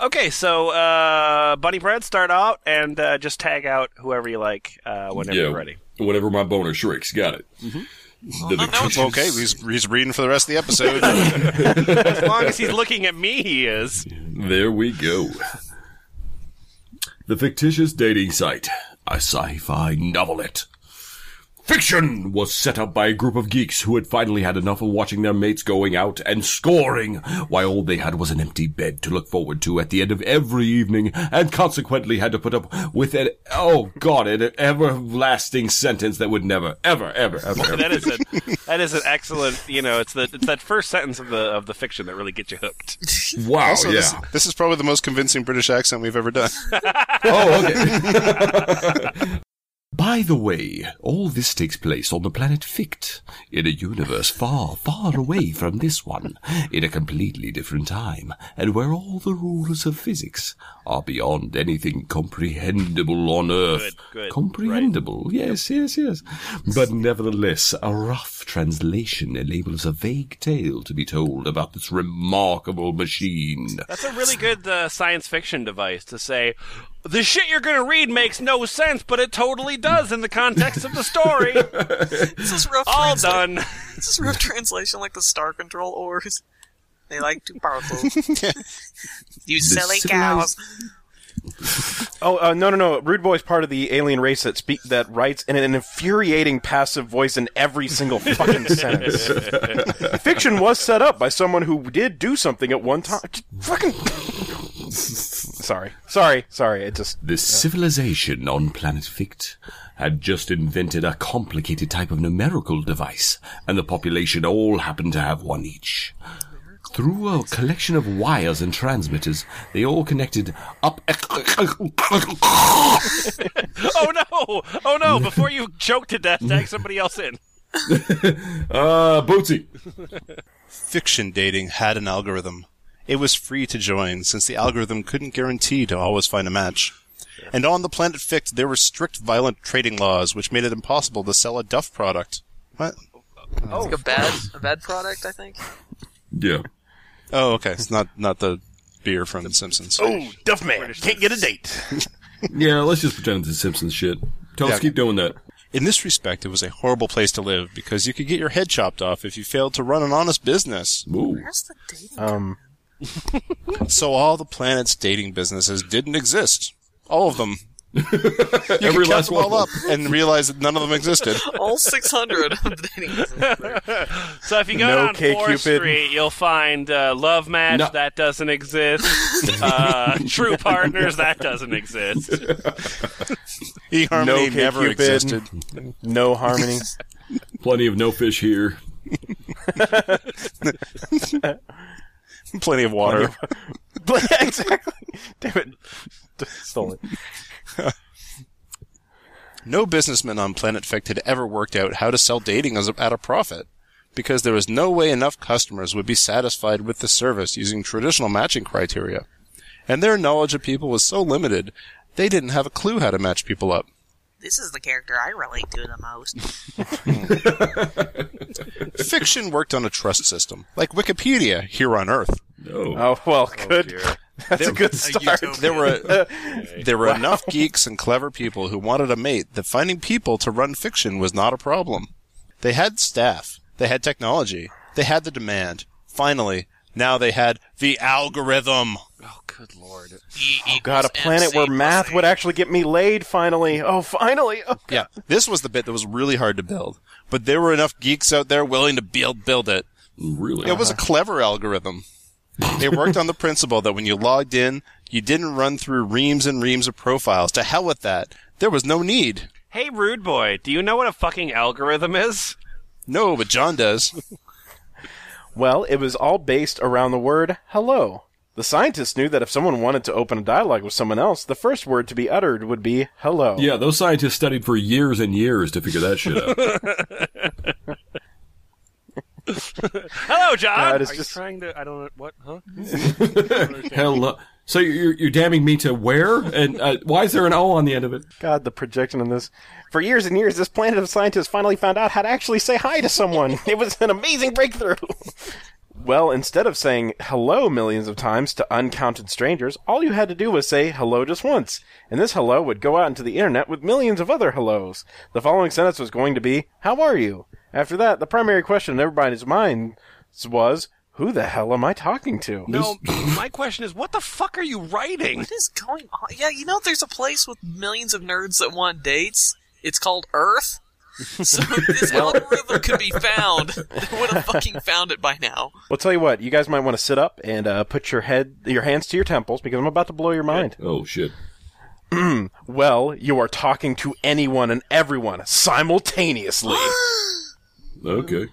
Speaker 4: Okay, so uh, Bunny Bread, start out and uh, just tag out whoever you like uh, whenever
Speaker 2: Yeah. [laughs]
Speaker 4: you're ready.
Speaker 2: Whatever my boner shrieks. Got it. The- [laughs]
Speaker 1: Mm-hmm. Well, okay, he's, he's reading for the rest of the episode.
Speaker 4: As long as he's looking at me, he is.
Speaker 2: There we go. The fictitious dating site, a sci fi novelette. Fiction was set up by a group of geeks who had finally had enough of watching their mates going out and scoring, while all they had was an empty bed to look forward to at the end of every evening, and consequently had to put up with an, oh god, an everlasting sentence that would never, ever, ever, ever, ever
Speaker 4: That is a that is an excellent. You know, it's the it's that first sentence of the of the fiction that really gets you hooked.
Speaker 2: Wow,
Speaker 1: Also,
Speaker 2: yeah.
Speaker 1: this, this is probably the most convincing British accent we've ever done.
Speaker 2: [laughs] Oh, okay. By the way, all this takes place on the planet Fict, in a universe far, far away from this one, in a completely different time, and where all the rules of physics are beyond anything comprehensible on Earth.
Speaker 4: good, right.
Speaker 2: comprehensible, yes, yes, yes. But nevertheless, a rough translation enables a vague tale to be told about this remarkable machine.
Speaker 4: That's a really good uh, science fiction device to say. The shit you're gonna read makes no sense, but it totally does in the context of the story. [laughs]
Speaker 8: This is rough.
Speaker 4: All
Speaker 8: transla-
Speaker 4: done.
Speaker 8: [laughs] This is rough translation, like the Star Control ores. They like too powerful. you silly cows.
Speaker 6: Oh uh, no no no! Rude Boy's part of the alien race that speak that writes in an infuriating passive voice in every
Speaker 4: [laughs]
Speaker 6: single fucking sentence. Fiction was set up by someone who did do something at one time. Just Fucking. sorry, sorry, sorry. It just
Speaker 2: The civilization on planet Fict had just invented a complicated type of numerical device, and the population all happened to have one each. Through a collection of wires and transmitters, they all connected up. [laughs]
Speaker 4: oh no! Oh no! Before you choke to death, tag somebody else in. [laughs]
Speaker 2: Uh, Bootsy.
Speaker 1: Fiction dating had an algorithm. It was free to join, since the algorithm couldn't guarantee to always find a match. And on the planet Fict, there were strict violent trading laws, which made it impossible to sell a duff product. What?
Speaker 8: Like a bad, a bad product, I think.
Speaker 2: Yeah.
Speaker 1: Oh, okay. It's not not the beer from The Simpsons.
Speaker 6: oh, Duff Man can't get a date.
Speaker 2: Yeah, let's just pretend it's the Simpsons shit. Tell
Speaker 1: us, Yeah. keep
Speaker 2: doing that.
Speaker 1: In this respect, it was a horrible place to live because you could get your head chopped off if you failed to run an honest business.
Speaker 2: Ooh.
Speaker 8: Where's the dating?
Speaker 6: Um,
Speaker 1: [laughs] So all the planet's dating businesses didn't exist. All
Speaker 2: [laughs]
Speaker 1: of them. you could
Speaker 2: Every
Speaker 1: count
Speaker 2: last
Speaker 1: them
Speaker 2: one.
Speaker 1: all up and realize that none of them existed.
Speaker 8: [laughs] All 600 of the dating.
Speaker 4: [laughs] So if you go
Speaker 6: No
Speaker 4: down
Speaker 6: K
Speaker 4: Fourth
Speaker 6: Cupid.
Speaker 4: Street, you'll find uh, love match
Speaker 2: No.
Speaker 4: that doesn't exist, uh, true partners that doesn't exist.
Speaker 1: eHarmony
Speaker 6: [laughs] No
Speaker 1: never
Speaker 6: Cupid.
Speaker 1: existed.
Speaker 6: no harmony.
Speaker 2: [laughs] Plenty of no fish here.
Speaker 1: [laughs] Plenty of
Speaker 6: [laughs]
Speaker 1: water.
Speaker 4: [laughs]
Speaker 6: exactly. [laughs] Damn it. Stole it.
Speaker 1: No businessman on Planet Fict had ever worked out how to sell dating as a, at a profit because there was no way enough customers would be satisfied with the service using traditional matching criteria. And their knowledge of people was so limited, they didn't have a clue how to match people up.
Speaker 5: This is the character I relate to the
Speaker 2: [laughs]
Speaker 5: most.
Speaker 1: Fiction worked on a trust system, like Wikipedia here on Earth.
Speaker 2: No.
Speaker 6: Oh well, good. [laughs] That's a good start.
Speaker 1: There were there were enough geeks and clever people who wanted a mate that finding people to run fiction was not a problem. They had staff, they had technology, they had the demand. Finally, now they had the algorithm.
Speaker 6: Oh God, a planet where math would actually get me laid. Finally, oh finally. Oh,
Speaker 1: Yeah, this was the bit that was really hard to build, but there were enough geeks out there willing to build build it.
Speaker 2: Really?
Speaker 1: It was a clever algorithm. It worked on the [laughs] principle that when you logged in, you didn't run through reams and reams of profiles. To hell with that. There was no need.
Speaker 4: Hey, rude boy, do you know what a fucking algorithm is?
Speaker 1: No, but John does.
Speaker 6: Well, it was all based around the word hello. The scientists knew that if someone wanted to open a dialogue with someone else, the first word to be uttered would be hello.
Speaker 2: Yeah, those scientists studied for years and years to figure that shit out.
Speaker 4: [laughs] Hello, John.
Speaker 6: God, it's
Speaker 4: Are
Speaker 6: just-
Speaker 4: you trying to? I don't know what, huh?
Speaker 2: Hello. So you're you're damning me to where? And uh, why is there an O on the end of it?
Speaker 6: God, the projection on this. For years and years, this planet of scientists finally found out how to actually say hi to someone. [laughs] it was an amazing breakthrough. [laughs] well, instead of saying hello millions of times to uncounted strangers, all you had to do was say hello just once. And this hello would go out into the internet with millions of other hellos. The following sentence was going to be, How are you? After that, the primary question in everybody's mind was, Who the hell am I talking to?
Speaker 4: No, my question is, what the fuck are you writing?
Speaker 8: What is going on? Yeah, you know, there's a place with millions of nerds that want dates. It's called Earth. So if this algorithm could be
Speaker 4: [laughs]
Speaker 8: found. They would have fucking found it by now.
Speaker 6: Well, tell you what, you guys might want to sit up and uh, put your head, your hands to your temples, because I'm about to blow your mind.
Speaker 2: Oh shit.
Speaker 6: Well, you are talking to anyone and everyone simultaneously.
Speaker 2: [gasps] Okay.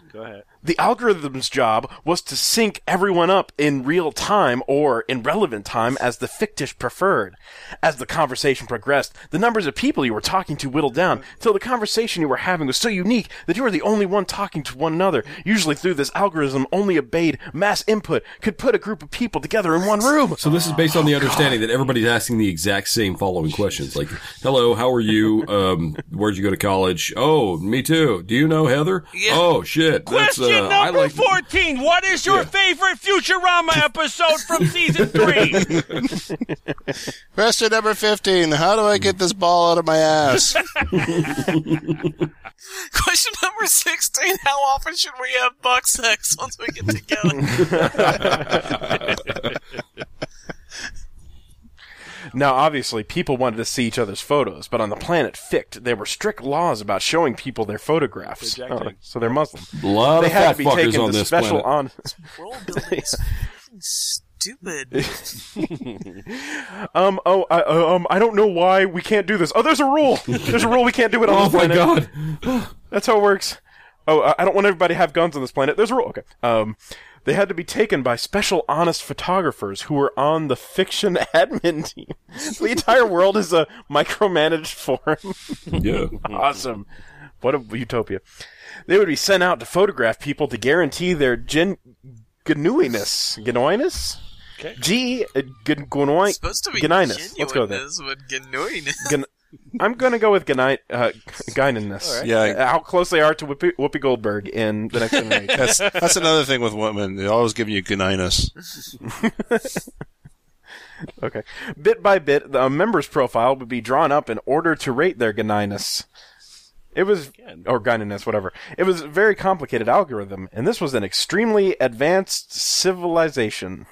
Speaker 6: the algorithm's job was to sync everyone up in real time or in relevant time as the fictish preferred. As the conversation progressed, the numbers of people you were talking to whittled down till the conversation you were having was so unique that you were the only one talking to one another. Usually through this algorithm only obeyed mass input could put a group of people together in one room.
Speaker 2: So this is based on the understanding that everybody's asking the exact same following questions, like, "Hello, how are you? Um, where'd you go to college? Oh, me too. Do you know Heather?
Speaker 8: Yeah.
Speaker 2: Oh shit.
Speaker 3: Question
Speaker 2: uh, I
Speaker 3: number
Speaker 2: like-
Speaker 3: 14. What is your
Speaker 2: Yeah.
Speaker 3: favorite Futurama episode from season three?
Speaker 1: [laughs] Question number 15. How do I get this ball out of my ass?
Speaker 8: Question number 16 How often should we have buck sex once we get together?
Speaker 4: [laughs]
Speaker 6: Now, obviously, people wanted to see each other's photos, but on the planet Fict, there were strict laws about showing people their photographs.
Speaker 4: Projecting.
Speaker 6: Oh, [laughs] so they're Muslim.
Speaker 2: A lot
Speaker 6: they
Speaker 2: of
Speaker 6: had
Speaker 2: fat
Speaker 6: to be
Speaker 2: fuckers
Speaker 6: taken
Speaker 2: on
Speaker 6: to
Speaker 2: this
Speaker 6: special
Speaker 2: planet.
Speaker 6: on.
Speaker 8: World
Speaker 6: [laughs]
Speaker 8: building is fucking stupid.
Speaker 6: [laughs] Um. Oh. I, uh, um. I don't know why we can't do this. Oh, there's a rule. There's a rule we can't do it on
Speaker 2: oh
Speaker 6: this
Speaker 2: my
Speaker 6: planet.
Speaker 2: god.
Speaker 6: [sighs] That's how it works. Oh, I- I don't want everybody to have guns on this planet. There's a rule. Okay. Um, they had to be taken by special honest photographers who were on the fiction [laughs] admin team. the entire world is a micromanaged forum.
Speaker 2: Yeah.
Speaker 6: [laughs] awesome. What a utopia. They would be sent out to photograph people to guarantee their gen- GNUiness. GNUiness? Okay. G. Uh, g-
Speaker 8: It's supposed to be
Speaker 6: GNUiness. Let's go with that. [laughs]
Speaker 8: genuineness, but genuineness.
Speaker 6: Gn- I'm going to go with Gnin- uh, Gyniness.
Speaker 1: Yeah, I-
Speaker 6: How close they are to Whoopi, Whoopi Goldberg in The Next Generation.
Speaker 1: [laughs] That's, that's another thing with women. They're always giving you goodiness.
Speaker 6: [laughs] okay. Bit by bit, the member's profile would be drawn up in order to rate their Gyniness. It was, or Gyniness, whatever. It was a very complicated algorithm, and this was an extremely advanced civilization.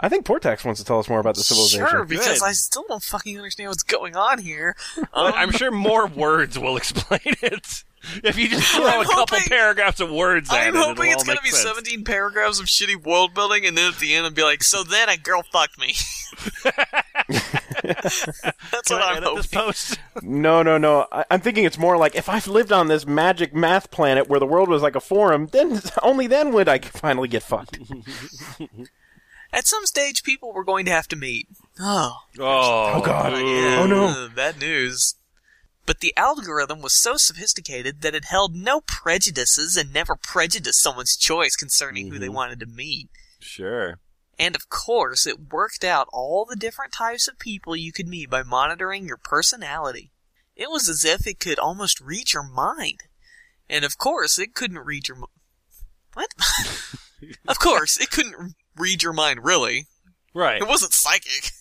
Speaker 6: I think Portax wants to tell us more about the civilization.
Speaker 8: Sure, because
Speaker 4: Good.
Speaker 8: I still don't fucking understand what's going on
Speaker 3: [laughs]
Speaker 8: here. Um,
Speaker 3: I'm sure more words will explain it. If you just throw
Speaker 8: I'm
Speaker 3: a couple
Speaker 8: hoping-
Speaker 3: paragraphs of words at
Speaker 8: I'm
Speaker 3: it,
Speaker 8: hoping it's
Speaker 3: going
Speaker 8: gonna be
Speaker 3: to
Speaker 8: 17 paragraphs of shitty world building, and then at the end, I'll be like, so then a girl
Speaker 6: [laughs]
Speaker 8: fucked me. [laughs] That's
Speaker 4: Can
Speaker 8: what
Speaker 4: I
Speaker 8: I'm
Speaker 4: edit this
Speaker 8: hoping.
Speaker 4: post?
Speaker 6: No, no, no. I, I'm thinking it's more like if I've lived on this magic math planet where the world was like a forum, then [laughs] only then would I finally get fucked.
Speaker 8: At some stage, people were going to have to meet. [laughs] Oh,
Speaker 3: Oh,
Speaker 6: God.
Speaker 8: yeah.
Speaker 6: Oh, no.
Speaker 8: Ugh, Bad news. But the algorithm was so sophisticated that it held no prejudices and never prejudiced someone's choice concerning who
Speaker 6: Mm-hmm.
Speaker 8: they wanted to meet.
Speaker 4: Sure.
Speaker 8: And of course, it worked out all the different types of people you could meet by monitoring your personality. It was as if it could almost read your mind. And of course, it couldn't read your. mi- What? [laughs] of course, it couldn't r- read your mind, really.
Speaker 3: Right.
Speaker 8: It wasn't psychic.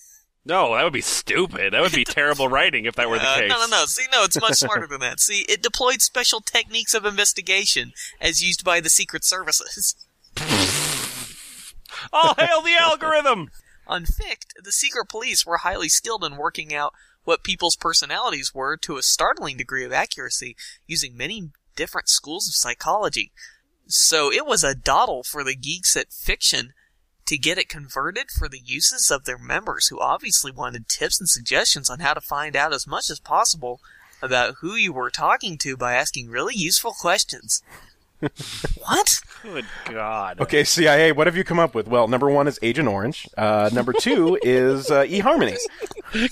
Speaker 3: No, that would be stupid. That
Speaker 8: [laughs]
Speaker 3: would be terrible writing if that were the
Speaker 8: Uh,
Speaker 3: case.
Speaker 8: No, no, no. See, no, it's much smarter
Speaker 3: [laughs]
Speaker 8: than that. See, it deployed special techniques of investigation as used by the Secret Services.
Speaker 3: All hail the algorithm!
Speaker 8: [laughs] On Fict, the secret police were highly skilled in working out what people's personalities were to a startling degree of accuracy, using many different schools of psychology. So it was a doddle for the geeks at fiction to get it converted for the uses of their members who obviously wanted tips and suggestions on how to find out as much as possible about who you were talking to by asking really useful
Speaker 3: [laughs]
Speaker 8: questions. what?
Speaker 3: Good God.
Speaker 6: Okay, CIA, what have you come up with? Well, number one is Agent Orange. Uh, number
Speaker 8: [laughs]
Speaker 6: two is uh, eHarmony.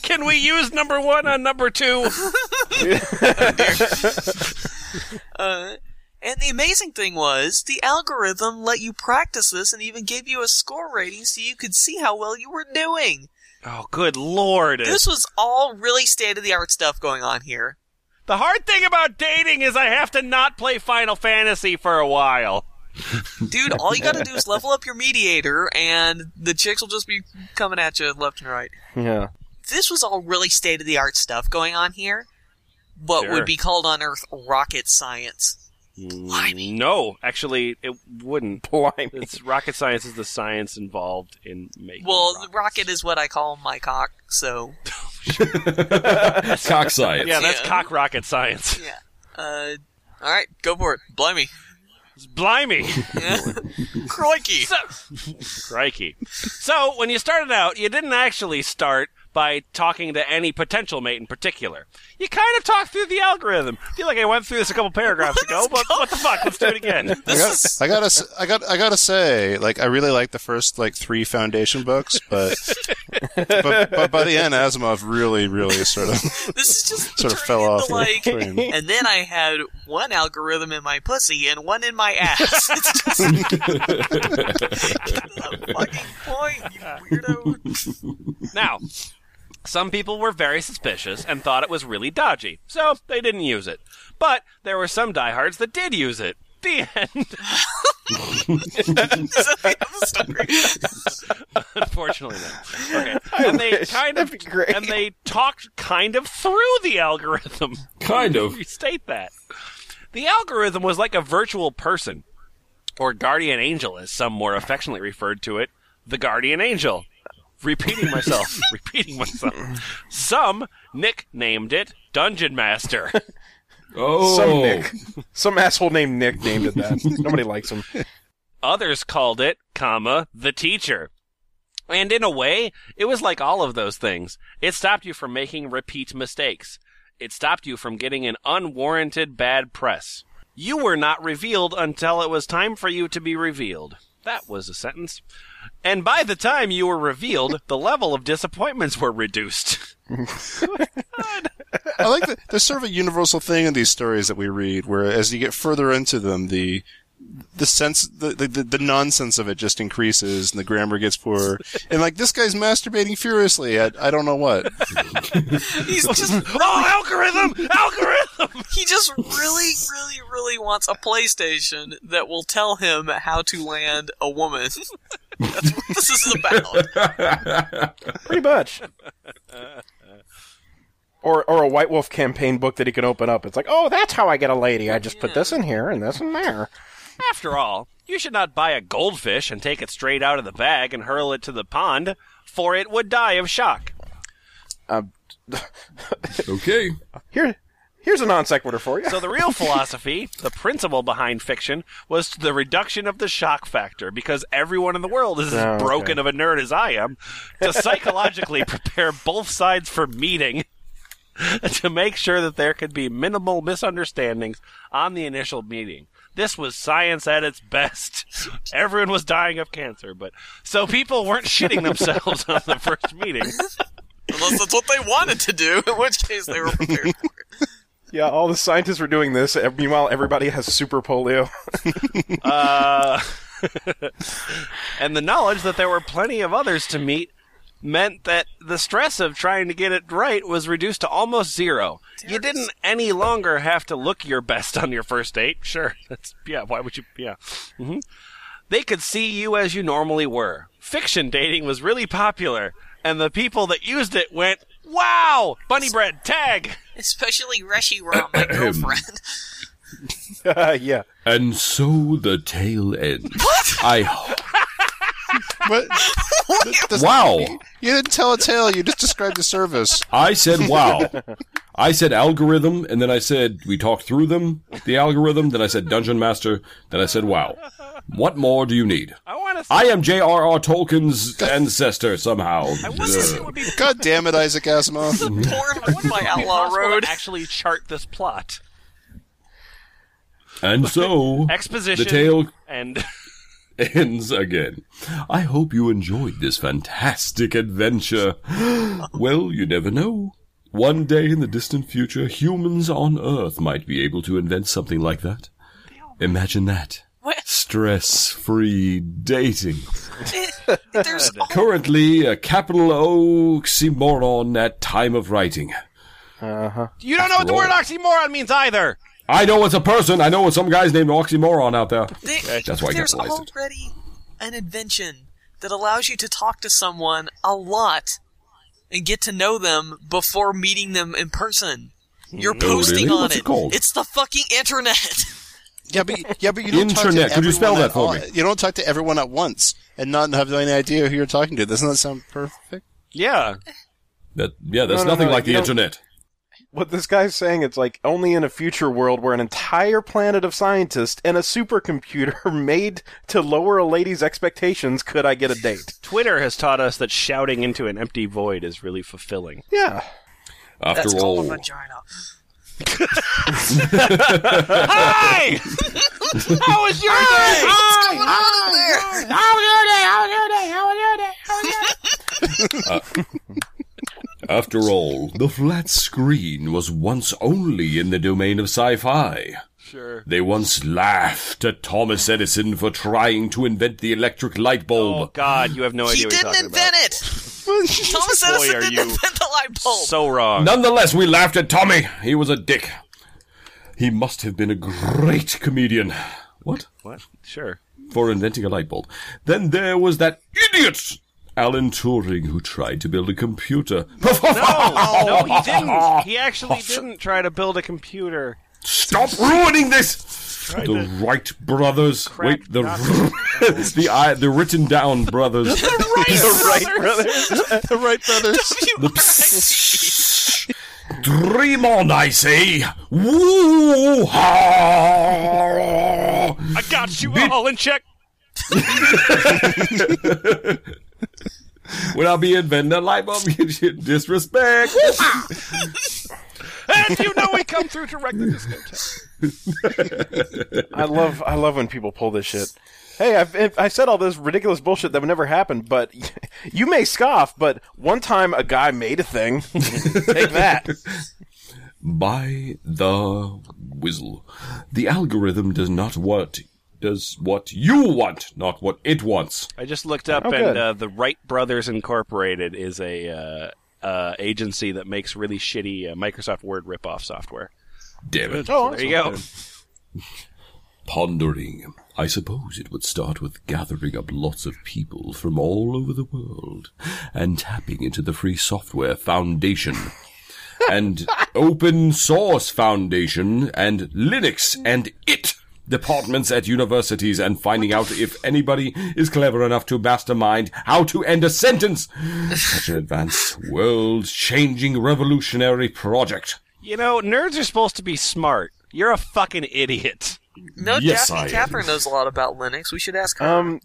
Speaker 3: Can we use number one on
Speaker 8: [laughs]
Speaker 3: number two?
Speaker 8: Uh, and the amazing thing was, the algorithm let you practice this and even gave you a score rating so you could see how well you were doing.
Speaker 3: Oh, good lord.
Speaker 8: This was all really state of the art stuff going on here.
Speaker 3: The hard thing about dating is I have to not play Final Fantasy for a while.
Speaker 8: Dude, all you gotta do
Speaker 3: [laughs]
Speaker 8: is level up your mediator and the chicks will just be coming at you left and right.
Speaker 6: Yeah.
Speaker 8: This was all really state of the art stuff going on here. What
Speaker 3: Sure.
Speaker 8: would be called on Earth rocket science.
Speaker 3: Mm, No, actually, it wouldn't.
Speaker 6: Blimey.
Speaker 4: It's
Speaker 3: It's rocket science is the science involved in making.
Speaker 8: Well,
Speaker 3: rockets.
Speaker 8: the rocket is what I call my cock, so
Speaker 2: Cock science.
Speaker 3: yeah, that's
Speaker 8: yeah.
Speaker 3: cock rocket science.
Speaker 8: Yeah. Uh, All right, go for it. Blimey.
Speaker 4: Blimey!
Speaker 8: [laughs] Crikey.
Speaker 4: [laughs] Crikey. So, when you started out, you didn't actually start by talking to any potential mate in particular. You kind of talked through the algorithm. I feel like I went through this a couple paragraphs ago, but what the fuck? Let's do it again.
Speaker 1: I got, I gotta, s- I got, I gotta say, like, I really like the first like three foundation books,
Speaker 8: [laughs]
Speaker 1: but but, but by the end, Asimov really, really sort of
Speaker 8: [laughs] This is just
Speaker 1: sort of
Speaker 8: turning
Speaker 1: fell
Speaker 8: into,
Speaker 1: off.
Speaker 8: Like,
Speaker 1: the train.
Speaker 8: [laughs] and then I had one algorithm in my pussy and one in my ass. [laughs] It's just That's the fucking point, you weirdo.
Speaker 4: Now, some people were very suspicious and thought it was really dodgy, so they didn't use it. But there were some diehards that did use it. The end.
Speaker 8: Is that the end of the story?
Speaker 4: Unfortunately, no. Okay. And they kind of and they talked kind of through the algorithm. [laughs]
Speaker 2: Kind of.
Speaker 4: Restate that. The algorithm was like a virtual person, or guardian angel, as some more affectionately referred to it, the guardian angel. Repeating myself, repeating myself. Some nicknamed it Dungeon Master.
Speaker 2: Oh,
Speaker 6: Some Nick. Some asshole named Nick named
Speaker 4: [laughs]
Speaker 6: it that. Nobody likes him.
Speaker 4: Others called it, comma, the teacher. And in a way, it was like all of those things. It stopped you from making repeat mistakes. It stopped you from getting an unwarranted bad press. You were not revealed until it was time for you to be revealed. That was a sentence. And by the time you were revealed, the level of disappointments were reduced. [laughs]
Speaker 1: I like that. There's sort of a universal thing in these stories that we read, where as you get further into them, the the sense, the, the, the, the nonsense of it just increases, and the grammar gets poorer. And like this guy's masturbating furiously at I don't know what.
Speaker 8: [laughs] He's just
Speaker 4: oh, [laughs] algorithm! Algorithm!
Speaker 8: [laughs] he just really, really, really wants a PlayStation that will tell him how to land a woman. [laughs] That's what this is about.
Speaker 6: Pretty much. Or, or a White Wolf campaign book that he can open up. It's like, oh, that's how I get a lady. I just put this in here and this in there.
Speaker 4: After all, you should not buy a goldfish and take it straight out of the bag and hurl it to the pond, for it would die of shock.
Speaker 2: okay.
Speaker 6: Here, here's a non sequitur for you.
Speaker 4: So the real philosophy, the principle behind fiction, was the reduction of the shock factor, because everyone in the world is as
Speaker 6: Oh, okay.
Speaker 4: broken of a nerd as I am, to psychologically
Speaker 6: [laughs]
Speaker 4: prepare both sides for meeting, [laughs] to make sure that there could be minimal misunderstandings on the initial meeting. This was science at its best. [laughs] Everyone was dying of cancer, but so people weren't shitting themselves on the first meeting.
Speaker 8: Unless that's what they wanted to do, in which
Speaker 6: [laughs]
Speaker 8: case they were prepared for it.
Speaker 6: yeah, all the scientists were doing this. and Meanwhile, everybody has super polio. [laughs]
Speaker 4: Uh, [laughs] and the knowledge that there were plenty of others to meet meant that the stress of trying to get it right was reduced to almost zero. You didn't any longer have to look your best on your first date. Sure, [laughs] that's yeah. Why would you? Yeah. hmm They could see you as you normally were. Fiction dating was really popular, and the people that used it went, "Wow, bunny bread tag."
Speaker 8: Especially Reshi Ram, my girlfriend.
Speaker 6: Uh, yeah.
Speaker 2: And so the tale ends. I
Speaker 1: But
Speaker 8: [laughs]
Speaker 1: that's-
Speaker 2: wow.
Speaker 1: you didn't tell a tale. You just described the service.
Speaker 2: I
Speaker 1: [laughs]
Speaker 2: said wow. I said algorithm, and then I said we talked through them, the algorithm. Then I said dungeon master. Then I said wow. What more do you need?
Speaker 4: I want to. Say,
Speaker 2: I am J.R.R. Tolkien's ancestor somehow.
Speaker 4: I wonder if it would be
Speaker 1: God damn it, Isaac Asimov.
Speaker 8: Porn by Outlaw
Speaker 4: possible
Speaker 8: Road.
Speaker 4: to actually chart this plot.
Speaker 2: And so
Speaker 4: Exposition.
Speaker 2: the tale
Speaker 4: and
Speaker 2: [laughs] ends again. I hope you enjoyed this fantastic adventure. [gasps] well, you never know. One day in the distant future, humans on Earth might be able to invent something like that. Imagine that.
Speaker 8: What?
Speaker 2: Stress free dating.
Speaker 8: It- [laughs]
Speaker 6: [laughs]
Speaker 8: There's all
Speaker 2: Currently a capital O oxymoron at time of writing.
Speaker 6: Uh-huh.
Speaker 4: you don't know what the word oxymoron means either.
Speaker 2: I know it's a person, I know what some guy's named oxymoron out there.
Speaker 8: They-
Speaker 2: That's why I
Speaker 8: there's
Speaker 2: capitalized it.
Speaker 8: already an invention that allows you to talk to someone a lot and get to know them before meeting them in person. You're posting
Speaker 2: Oh, really?
Speaker 8: on
Speaker 2: What's
Speaker 8: it.
Speaker 2: it called?
Speaker 8: It's the fucking internet.
Speaker 1: [laughs] Yeah, but yeah, but you don't talk
Speaker 2: Internet.
Speaker 1: to
Speaker 2: Could you spell
Speaker 1: everyone
Speaker 2: that
Speaker 1: at
Speaker 2: for
Speaker 1: all-
Speaker 2: me?
Speaker 1: You don't talk to everyone at once and not have any idea who you're talking to. Doesn't that sound perfect?
Speaker 4: Yeah.
Speaker 2: That yeah, that's
Speaker 6: No, no,
Speaker 2: nothing
Speaker 6: no,
Speaker 2: like
Speaker 6: you
Speaker 2: the
Speaker 6: don't-
Speaker 2: internet.
Speaker 6: what this guy's saying it's like only in a future world where an entire planet of scientists and a supercomputer [laughs] made to lower a lady's expectations could I get a date.
Speaker 4: Twitter has taught us that shouting into an empty void is really fulfilling.
Speaker 6: Yeah.
Speaker 2: [clears throat] After
Speaker 8: That's
Speaker 2: all,
Speaker 8: called a
Speaker 2: [laughs]
Speaker 8: vagina. [laughs]
Speaker 4: Hi! How was your day?
Speaker 2: [laughs] Uh, After all, the flat screen was once only in the domain of sci-fi. Sure. They once laughed at Thomas Edison for trying to invent the electric light
Speaker 4: Oh
Speaker 2: bulb.
Speaker 4: God, you have no
Speaker 8: He
Speaker 4: idea what you're
Speaker 8: didn't
Speaker 4: talking
Speaker 8: invent
Speaker 4: about.
Speaker 8: it.
Speaker 2: [laughs]
Speaker 8: Thomas Edison
Speaker 4: are
Speaker 8: didn't
Speaker 4: you
Speaker 8: invent the light bulb.
Speaker 4: So wrong.
Speaker 2: Nonetheless, we laughed at Tommy. He was a dick. He must have been a great comedian. What?
Speaker 4: What? [laughs] Sure.
Speaker 2: For inventing a light bulb. Then there was that idiot, Alan Turing, who tried to build a computer.
Speaker 4: No, no, he didn't. He actually didn't try to build a computer.
Speaker 2: Stop ruining this! The Wright brothers. Wait, the [laughs] the I, the written down brothers.
Speaker 4: [laughs]
Speaker 6: [laughs]
Speaker 1: the Wright brothers.
Speaker 2: Dream on, I say. Woo ha!
Speaker 4: I got you all in
Speaker 2: [laughs]
Speaker 4: check.
Speaker 2: When I be inventing a light bulb, you should disrespect.
Speaker 4: And you know we come through to wreck the disco
Speaker 6: I love I love when people pull this shit. Hey, I've, I said all this ridiculous bullshit that would never happen, but [laughs] you may scoff, but one time a guy made a thing. [laughs] Take that.
Speaker 2: By the whistle, the algorithm does not what does what you want, not what it wants.
Speaker 4: I just looked up,
Speaker 6: Oh, good.
Speaker 4: and uh, the Wright Brothers Incorporated is a uh, uh, agency that makes really shitty uh, Microsoft Word ripoff software.
Speaker 2: Damn it.
Speaker 4: Oh, there you go.
Speaker 2: Pondering. I suppose it would start with gathering up lots of people from all over the world and tapping into the Free Software
Speaker 1: [laughs]
Speaker 2: Foundation and Open Source Foundation and Linux and IT departments at universities and finding out if anybody is clever enough to mastermind how to end a sentence. Such an advanced, world changing, revolutionary project.
Speaker 4: You know, nerds are supposed to be smart. You're a fucking idiot.
Speaker 8: No,
Speaker 2: Yes, I
Speaker 8: Daphne
Speaker 2: am.
Speaker 8: Catherine knows a lot about Linux. We should ask her.
Speaker 6: Um,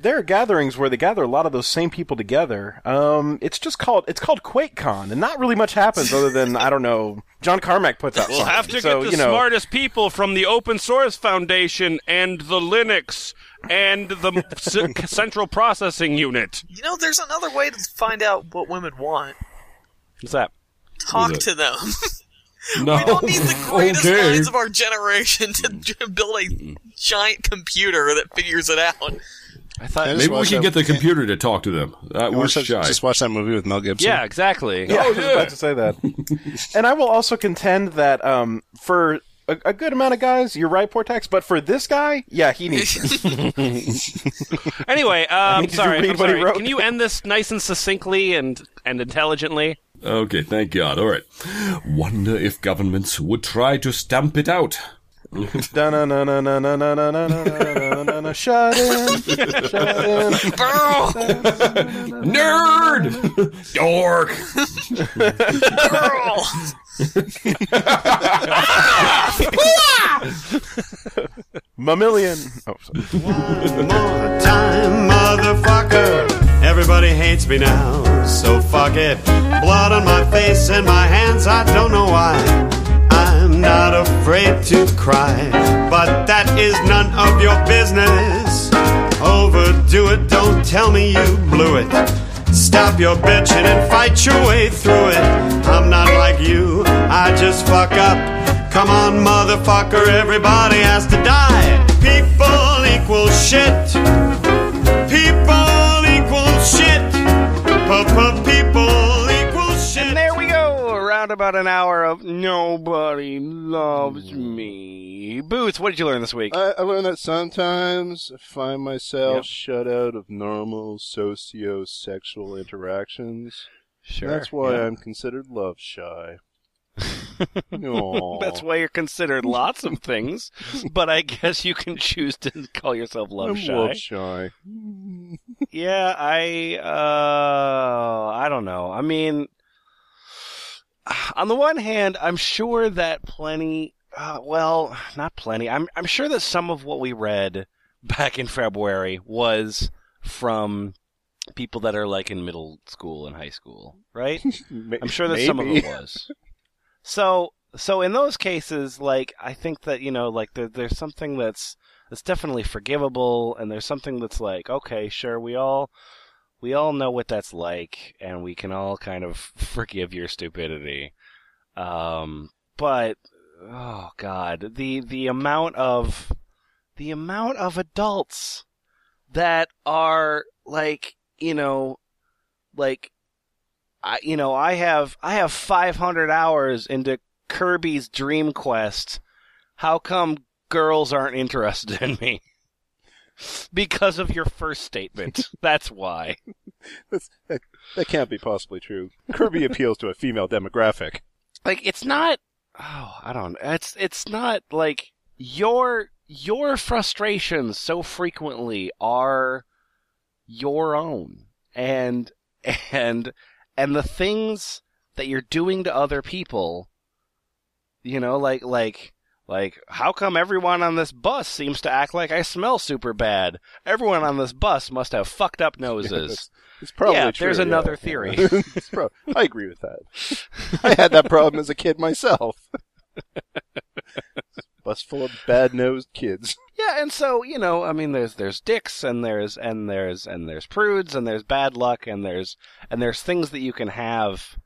Speaker 6: there are gatherings where they gather a lot of those same people together. Um, it's just called it's called QuakeCon, and not really much happens other than I don't know. John Carmack puts out.
Speaker 4: We'll
Speaker 6: something,
Speaker 4: have to
Speaker 6: so,
Speaker 4: get the
Speaker 6: you know,
Speaker 4: smartest people from the Open Source Foundation and the Linux and the [laughs] c- Central Processing Unit.
Speaker 8: you know, there's another way to find out what women want.
Speaker 4: What's that?
Speaker 8: Talk
Speaker 2: Is it- Oh,
Speaker 8: to them. [laughs]
Speaker 2: No.
Speaker 8: we don't
Speaker 6: [laughs]
Speaker 8: need the greatest minds of our generation to [laughs] d- build a giant computer that figures it out.
Speaker 4: I thought.
Speaker 1: Maybe
Speaker 2: Maybe we can get the computer to talk to them. Uh, we're
Speaker 1: Watch
Speaker 2: shy.
Speaker 1: that, just watch that movie with Mel Gibson.
Speaker 4: Yeah, exactly.
Speaker 6: Yeah, I was about to say that. and I will also contend that um, for a, a good amount of guys, you're right, Portex, but for this guy, yeah, he needs. it.
Speaker 4: [laughs] Anyway, um,
Speaker 6: mean, did you
Speaker 4: sorry.
Speaker 6: read
Speaker 4: I'm
Speaker 6: what he
Speaker 4: sorry.
Speaker 6: wrote?
Speaker 4: Can you end this nice and succinctly and and intelligently?
Speaker 2: Okay, thank God. All right. Wonder if governments would try to stamp it out.
Speaker 6: Da-na-na-na-na-na-na-na-na-na-na-na-na-na, Shut in, shut in.
Speaker 8: Burl!
Speaker 2: Nerd!
Speaker 7: [laughs]
Speaker 2: Dork!
Speaker 8: Burl!
Speaker 6: [laughs] Mammalian. Oh, sorry.
Speaker 11: more time, motherfucker. Everybody hates me now, so fuck it. Blood on my face and my hands, I don't know why. I'm not afraid to cry, but that is none of your business. Overdo it, don't tell me you blew it. Stop your bitching and fight your way through it. I'm not like you, I just fuck up. Come on, motherfucker, everybody has to die. People equal shit. People equal shit. People equal shit.
Speaker 4: There we go. Around about an hour of nobody loves
Speaker 1: Hmm.
Speaker 4: me. Boots, what did you learn this week?
Speaker 9: I, I learned that sometimes I find myself shut out of normal socio-sexual interactions.
Speaker 4: sure.
Speaker 9: That's why
Speaker 4: yeah.
Speaker 9: I'm considered love shy.
Speaker 4: [laughs]
Speaker 9: No,
Speaker 4: That's why you're considered lots of things, but I guess you can choose to call yourself love
Speaker 9: I'm
Speaker 4: shy.
Speaker 9: love shy.
Speaker 4: Yeah, I uh I don't know. I mean on the one hand, I'm sure that plenty, uh, well, not plenty. I'm I'm sure that some of what we read back in February was from people that are like in middle school and high school,
Speaker 9: [laughs]
Speaker 4: right? I'm sure that some of it
Speaker 9: Maybe.
Speaker 4: was. So so in those cases, like I think that you know, like there, there's something that's that's definitely forgivable, and there's something that's like, okay, sure, we all we all know what that's like, and we can all kind of [laughs] forgive your stupidity. Um, but oh god, the the amount of the amount of adults that are like you know like I you know I have I have 500 hours into Kirby's Dream Quest. How come girls aren't interested in me? [laughs] because of your first statement. That's why.
Speaker 9: That's, that, that can't be possibly true.
Speaker 4: [laughs]
Speaker 9: Kirby appeals to a female demographic.
Speaker 4: like it's not oh i don't it's it's not like your your frustrations so frequently are your own and and and the things that you're doing to other people you know like like like how come everyone on this bus seems to act like i smell super bad everyone on this bus must have fucked up noses
Speaker 9: [laughs] It's probably
Speaker 4: yeah
Speaker 9: true.
Speaker 4: there's
Speaker 9: yeah.
Speaker 4: another theory
Speaker 9: [laughs] It's prob- I agree with that. I had that [laughs] problem as a kid myself.
Speaker 4: [laughs]
Speaker 9: Bus full of bad nosed kids.
Speaker 4: Yeah, and so you know, I mean, there's there's dicks, and there's and there's and there's prudes, and there's bad luck, and there's and there's things that you can have,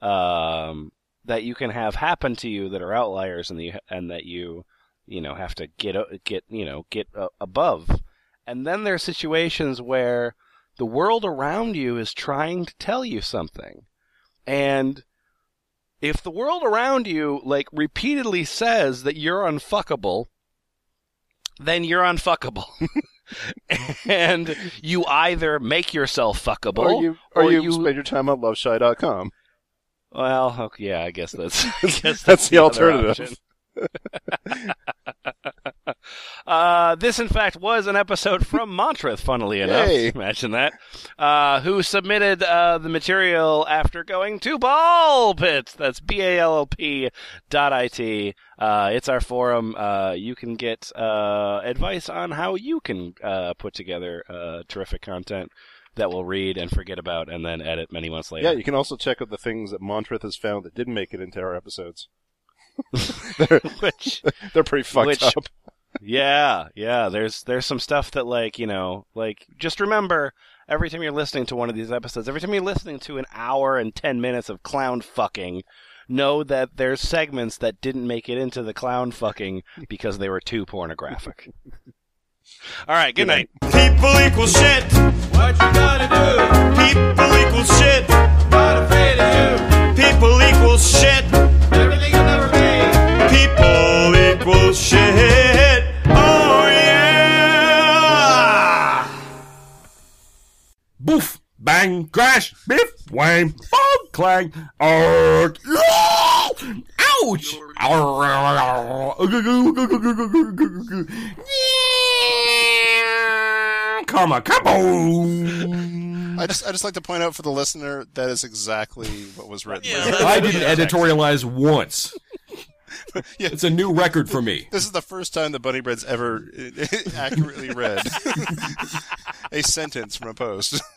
Speaker 4: um, that you can have happen to you that are outliers, and the and that you you know have to get o- get you know get uh, above, and then there's situations where the world around you is trying to tell you something, and if the world around you like repeatedly says that you're unfuckable then you're unfuckable. [laughs] and you either make yourself fuckable,
Speaker 9: or you, or, you, spend your time on loveshy.com.
Speaker 4: well, okay, yeah, I guess that's [laughs] I guess
Speaker 9: [laughs]
Speaker 4: that's,
Speaker 9: That's the
Speaker 4: other
Speaker 9: alternative.
Speaker 4: option. [laughs] uh, this, in fact, was an episode from Montreth, funnily enough.
Speaker 9: Yay.
Speaker 4: Imagine that. Uh, who submitted uh, the material after going to Ball Pit. That's B A L L P dot I T. Uh, it's our forum. Uh, you can get uh, advice on how you can uh, put together uh, terrific content that we'll read and forget about and then edit many months later.
Speaker 9: Yeah, you can also check out the things that Montreth has found that didn't make it into our
Speaker 4: [laughs]
Speaker 9: episodes. [laughs] they're,
Speaker 4: Which-
Speaker 9: [laughs] they're pretty fucked
Speaker 4: which-
Speaker 9: up.
Speaker 4: Yeah, yeah. There's there's some stuff that like you know like just remember every time you're listening to one of these episodes, every time you're listening to an hour and ten minutes of clown fucking, know that there's segments that didn't make it into the clown fucking because they were too pornographic. All right, good night.
Speaker 11: People equal shit.
Speaker 3: What you gotta do?
Speaker 11: People equal shit.
Speaker 3: Not afraid to
Speaker 11: People equal shit.
Speaker 3: do everything you'll never be.
Speaker 11: People equal shit. Oh yeah.
Speaker 7: Boof, bang, crash, biff, wham, bong, clang, arc, ouch! Comma, kaboom!
Speaker 1: I just I just like to point out for the listener that is exactly what was written.
Speaker 8: Yeah,
Speaker 1: Like,
Speaker 8: that-
Speaker 2: I didn't editorialize once.
Speaker 1: Yeah.
Speaker 2: It's a new record for me.
Speaker 1: This is the first time the [laughs] Bunny Bread's ever accurately read a sentence from a post. [laughs]